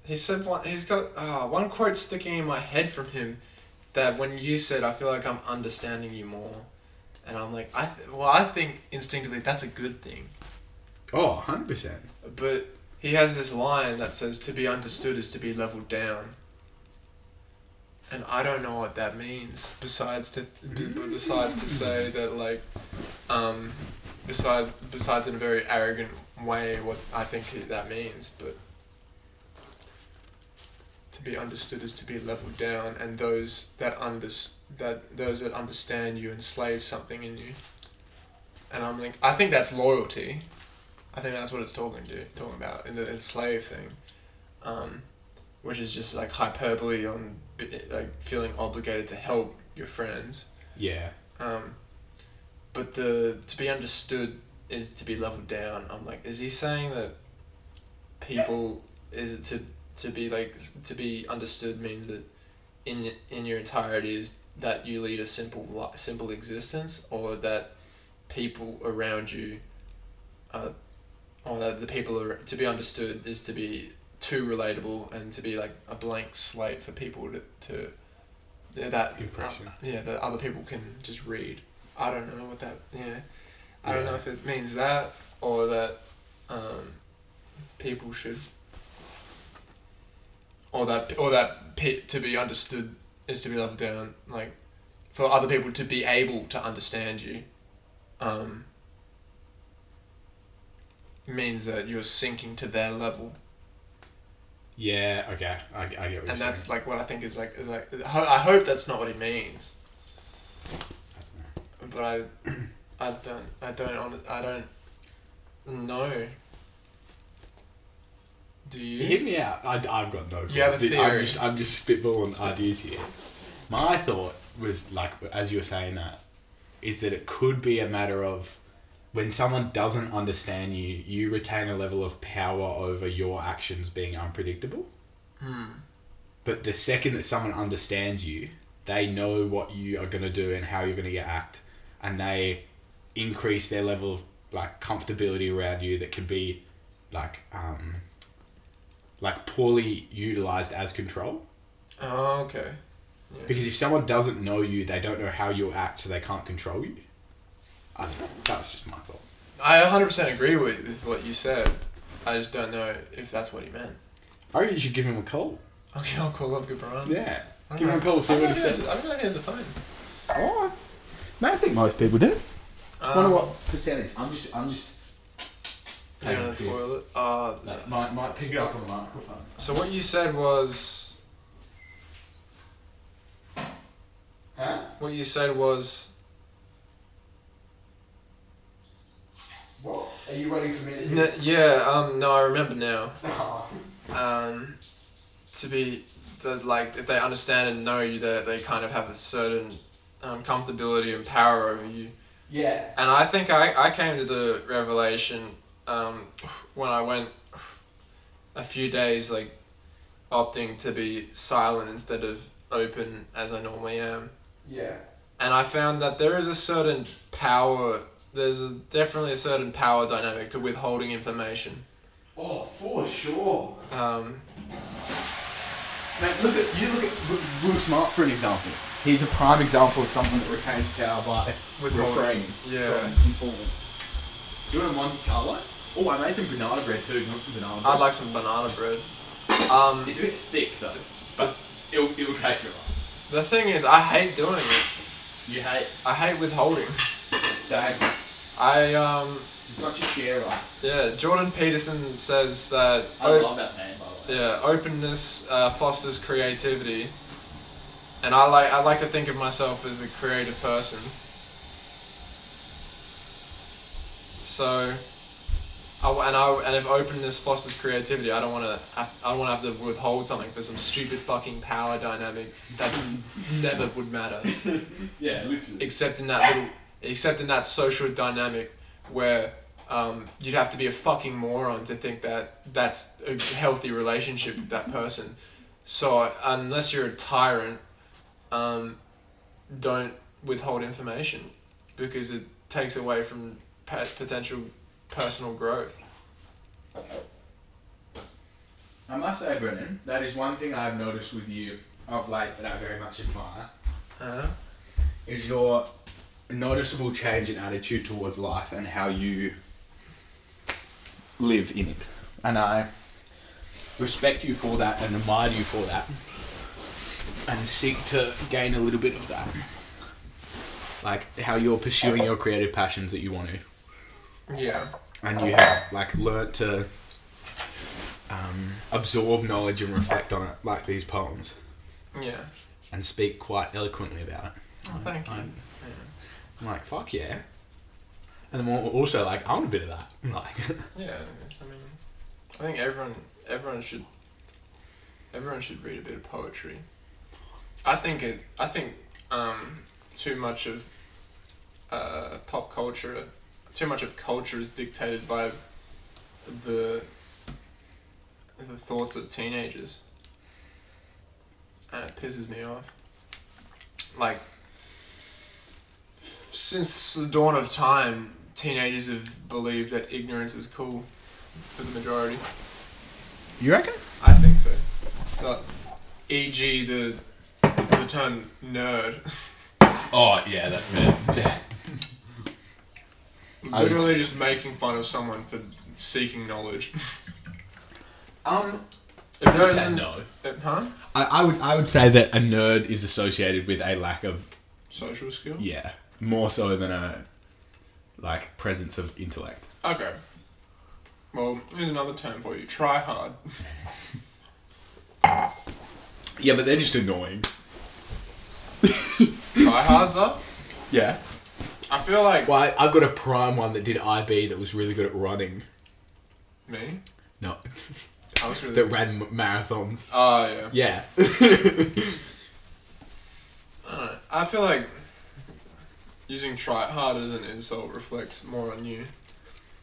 S1: he said one. He's got uh, one quote sticking in my head from him that when you said, "I feel like I'm understanding you more," and I'm like, I th- well, I think instinctively that's a good thing,
S3: Oh, 100 percent.
S1: but. He has this line that says, "To be understood is to be leveled down," and I don't know what that means. Besides to, besides to say that, like, um, besides besides in a very arrogant way, what I think that means. But to be understood is to be leveled down, and those that under that those that understand you enslave something in you. And I'm like, I think that's loyalty. I think that's what it's talking to talking about in the enslave thing, um, which is just like hyperbole on b- like feeling obligated to help your friends.
S3: Yeah.
S1: Um, but the to be understood is to be leveled down. I'm like, is he saying that people is it to to be like to be understood means that in in your entirety is that you lead a simple li- simple existence or that people around you uh, or that the people are to be understood is to be too relatable and to be like a blank slate for people to, to yeah, that
S3: Impression.
S1: uh, yeah that other people can just read i don't know what that yeah i don't know
S3: Yeah.
S1: if it means that or that um, people should or that or that pe- to be understood is to be leveled down like for other people to be able to understand you um, means that you're sinking to their level
S3: Yeah. Okay. I, I get what you're
S1: and that's
S3: saying.
S1: like what i think is like is like ho- i hope that's not what he means
S3: I don't know.
S1: but i i don't i don't hon- i don't know do you
S3: You Hit me out. I, have got no.
S1: You have a
S3: clue.
S1: theory.
S3: I'm just, I'm just spitballing ideas here. My thought was like, as you were saying that, is that it could be a matter of when someone doesn't understand you, you retain a level of power over your actions being unpredictable.
S1: Hmm.
S3: But the second that someone understands you, they know what you are going to do and how you're going to get act, and they increase their level of like comfortability around you that can be like um like poorly utilized as control
S1: oh okay
S3: because if someone doesn't know you they don't know how you'll act so they can't control you I don't know that was just my thought
S1: I 100% agree with, with what you said. I just don't know if that's what he meant.
S3: I reckon you should give him a call
S1: Okay, I'll call up Gibran.
S3: yeah give him a call see
S1: I
S3: what
S1: don't know if
S3: he
S1: he has
S3: says
S1: a- I don't know if he has a phone.
S3: oh man I think most people do
S1: Um,
S8: Wonder what percentage? I'm just, I'm just.
S1: You're
S8: taking
S1: on
S8: a
S1: the
S8: piss.
S1: toilet. Uh,
S8: That might might pick it up on the microphone.
S1: so what you said was...
S8: Huh?
S1: What you said was...
S8: What? Are you waiting for me? To
S1: N- yeah, um, no, I remember now.
S3: Oh,
S1: Um, to be... That, like, if they understand and know you, they, they kind of have a certain um, comfortability and power over you.
S8: yeah.
S1: And I think I, I came to the revelation um, when I went a few days like opting to be silent instead of open as I normally am.
S8: Yeah.
S1: And I found that there is a certain power, there's a, definitely a certain power
S3: Oh,
S1: dynamic to withholding information.
S8: Oh, for sure.
S1: Um,
S2: Mate, look at you. Look at Luke Smart for an example. He's a prime example of someone that retains power by
S9: With
S2: refraining.
S9: Yeah.
S2: from conforming. You want a Monte Carlo? Oh, I made some banana bread too. Do you want some banana bread?
S1: I'd like some banana bread. Um,
S2: It's a bit thick though, but it'll it'll taste alright.
S1: the thing is, I hate doing it.
S2: You hate
S1: I hate withholding.
S2: Dang.
S1: I um,
S2: It's not your share right.
S1: yeah. Jordan Peterson says that.
S2: I love that man by the way.
S1: Yeah, openness uh, fosters creativity, and I like I like to think of myself as a creative person. So, I w and I and if openness fosters creativity, I don't want to I don't want to have to withhold something for some stupid fucking power dynamic that never would matter,
S2: Yeah, literally.
S1: except in that little except in that social dynamic where. Um, you'd have to be a fucking moron to think that that's a healthy relationship with that person. So uh, unless you're a tyrant, um, don't withhold information because it takes away from pa- potential personal growth.
S3: I must say, Brennan, that is one thing I've noticed with you of late that I very much admire
S1: Uh,
S3: is your noticeable change in attitude towards life and how you live in it. And I respect you for that and admire you for that and seek to gain a little bit of that. Like how you're pursuing your creative passions that you want to
S1: yeah.
S3: and you have like learnt to um, absorb knowledge and reflect on it, like these poems,
S1: Yeah.
S3: and speak quite eloquently about it.
S1: Oh, thank you.
S3: I'm, I'm like fuck yeah, and then al- also like I want a bit of that. Like
S1: Yeah. I mean, I think everyone everyone should everyone should read a bit of poetry. I think it. I think um, too much of uh, pop culture, too much of culture is dictated by the the thoughts of teenagers, and it pisses me off. Like f- since the dawn of time, teenagers have believed that ignorance is cool for the majority.
S3: you reckon?
S1: I think so. But, e.g., the the term nerd
S10: Oh yeah, that's fair.
S3: I was-
S1: literally just making fun of someone for seeking knowledge.
S3: Um,
S1: If there
S10: Said
S1: isn't,
S10: no.
S1: if- huh?
S3: I, I would I would say that a nerd is associated with a lack of
S1: Social skill.
S3: yeah more so than a like presence of intellect.
S1: Okay. Well, here's another term for you. Try hard.
S3: Yeah, but they're just annoying.
S1: Try hards up.
S3: Yeah.
S1: I feel like
S3: Well, I, I've got a prime one that did IB that was really good at running.
S1: me.
S3: No,
S1: I was really.
S3: that ran m- marathons.
S1: Oh yeah.
S3: Yeah.
S1: I feel like using try hard as an insult reflects more on you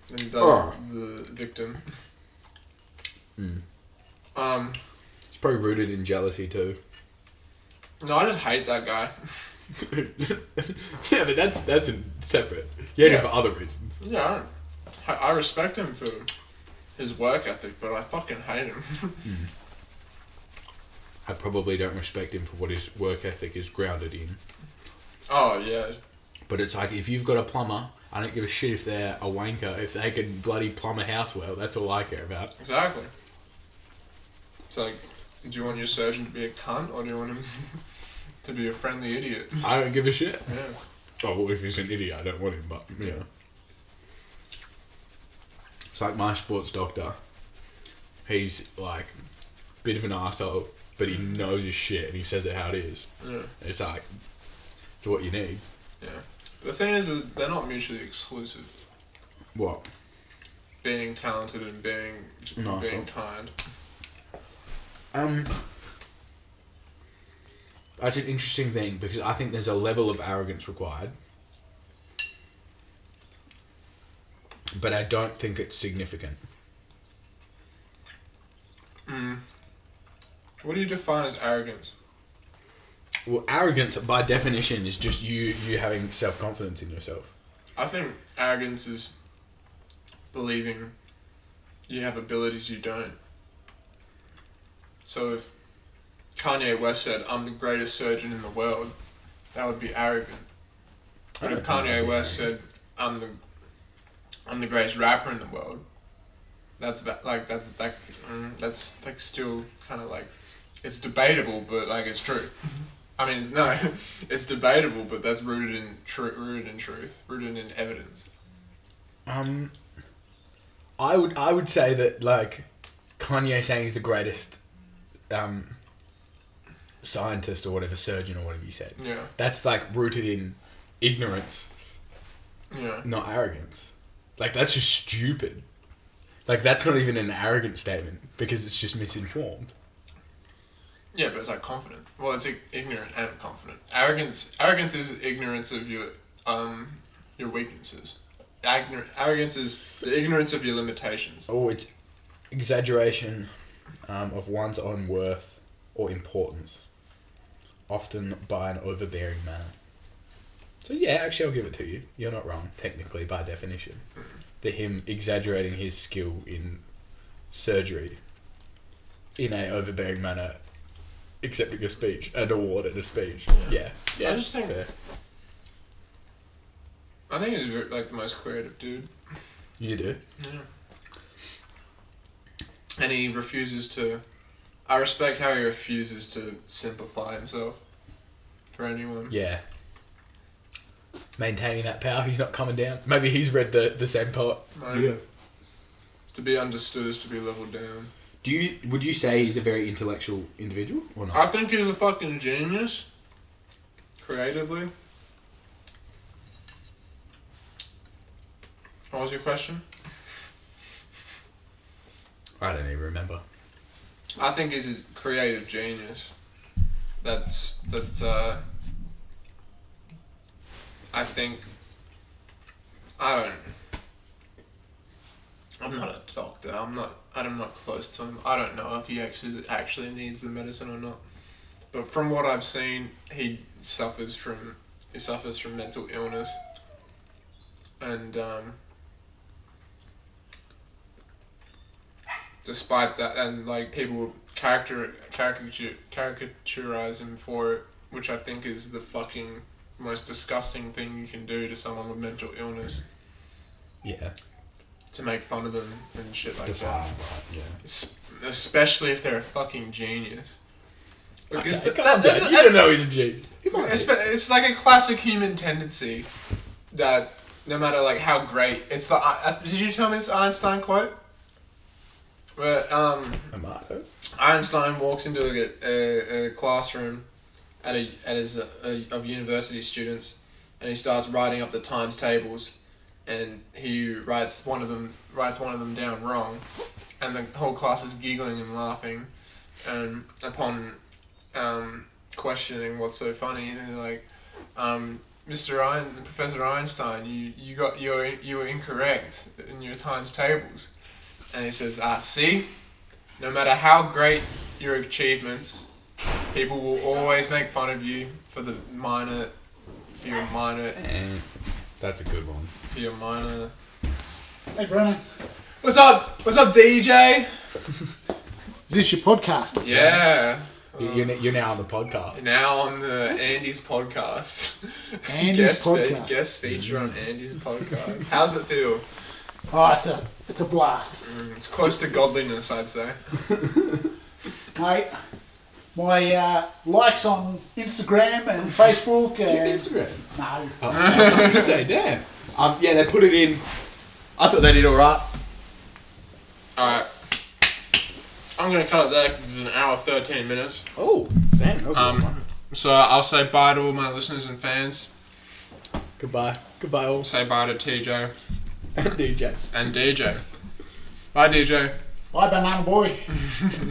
S1: than it does
S3: Oh.
S1: the victim. Um.
S3: It's probably rooted in jealousy too.
S1: No, I just hate that guy.
S3: yeah, but that's that's a separate. Yeah,
S1: Yeah.
S3: for other reasons.
S1: Yeah, I, don't- I, I respect him for his work ethic, but I fucking hate him.
S3: I probably don't respect him for what his work ethic is grounded in.
S1: oh yeah,
S3: But it's like if you've got a plumber, I don't give a shit if they're a wanker. If they can bloody plumb a house well, that's all I care about.
S1: exactly. It's like, do you want your surgeon to be a cunt or do you want him to be a friendly idiot?
S3: I don't give a shit.
S1: Yeah.
S3: Oh, well, if he's an idiot, I don't want him, but yeah. It's like my sports doctor. He's like bit of an asshole, but he knows his shit and he says it how it is.
S1: Yeah.
S3: It's like it's what you need.
S1: Yeah. The thing is, that they're not mutually exclusive.
S3: What?
S1: Being talented and being
S3: No,
S1: being
S3: so-
S1: kind.
S3: Um That's an interesting thing because I think there's a level of arrogance required. But I don't think it's significant.
S1: What do you define as arrogance?
S3: Well, arrogance by definition is just you you having self confidence in yourself.
S1: I think arrogance is believing you have abilities you don't. So if Kanye West said, "I'm the greatest surgeon in the world," that would be arrogant. But if Kanye West said, "I'm the, I'm the greatest rapper in the world," that's ba- like that's that mm, that's like still kind of like, it's debatable, but like it's true. I mean, it's no, it's debatable, but that's rooted in true, rooted in truth, rooted in evidence.
S11: Um,
S3: I would I would say that like Kanye saying he's the greatest um, scientist or whatever surgeon or whatever you said.
S1: Yeah,
S3: That's like rooted in ignorance,
S1: yeah.
S3: not arrogance. Like that's just stupid. Like that's not even an arrogant statement because it's just misinformed.
S1: Yeah, but it's like confident. Well, it's ig- ignorant and confident. Arrogance, arrogance is ignorance of your um your weaknesses. Agnor- arrogance is the ignorance of your limitations.
S3: Oh, it's exaggeration um, of one's own worth or importance, often by an overbearing manner. So yeah, actually, I'll give it to you. You're not wrong, technically, by definition. That him exaggerating his skill in surgery in a overbearing manner, accepting a speech, an award at a speech. Yeah, yeah,
S1: I just think-
S3: fair.
S1: I think he's ver- like the most creative dude,
S3: you do.
S1: and he refuses to. I respect how he refuses to simplify himself for anyone.
S3: Yeah. Maintaining that power, he's not coming down. Maybe he's read the, the same part.
S1: Like, To be understood is to be leveled down.
S3: Do you would you say he's a very intellectual individual or
S1: I think he's a fucking genius. Creatively. What was your question?
S3: I don't even remember.
S1: I think he's a creative genius. That's that. Uh, I think. I don't. I'm not a doctor. I'm not. I'm not close to him. I don't know if he actually actually needs the medicine or not. But from what I've seen, he suffers from he suffers from mental illness. And um, despite that, and like people character caricature caricaturize him for it, which I think is the fucking most disgusting thing you can do to someone with mental illness
S3: Yeah.
S1: to make fun of them and shit like that.
S3: right, yeah.
S1: Es- Especially if they're a fucking genius. Because th-
S3: Come on,
S1: that- this
S3: Dad,
S1: is-
S3: you don't know he's a genius. He might
S1: it's,
S3: be.
S1: been- it's like a classic human tendency that no matter like how great it's the uh, did you tell me this Einstein quote where um
S3: A martyr.
S1: Einstein walks into a, a, a classroom at a at his uh, a, of university students, and he starts writing up the times tables, and he writes one of them writes one of them down wrong, and the whole class is giggling and laughing, and upon um, questioning what's so funny, and they're like, um, Mr. Ein, Professor Einstein, you, you got your you were incorrect in your times tables, and he says, ah, see no matter how great your achievements, people will always make fun of you for the minor, for your minor,
S3: Eh, that's a good one.
S1: for your minor.
S12: Hey, Brennan.
S1: What's up? What's up, DJ?
S12: Is this your podcast?
S1: Yeah.
S3: You- You're, n- you're now on the podcast.
S1: Now on the Andy's podcast.
S12: Andy's
S1: guest fe-
S12: podcast.
S1: guest feature on Andy's podcast. How's it feel?
S12: Oh, it's a, it's a blast.
S1: Mm, It's close to godliness, I'd say.
S12: Mate, my uh, likes on Instagram and Facebook.
S3: Do you
S12: And,
S3: have Instagram?
S12: no.
S3: Oh, you say, damn. Um, yeah, they put it in. I thought they did all right.
S1: All right. I'm gonna cut it there 'cause it's an hour thirteen minutes.
S3: Oh, damn. That was a
S1: Um,
S3: good one.
S1: So I'll say bye to all my listeners and fans.
S3: Goodbye. Goodbye, all.
S1: Say bye to TJ.
S3: DJ.
S1: and DJ. Bye, DJ.
S12: Bye, banana boy.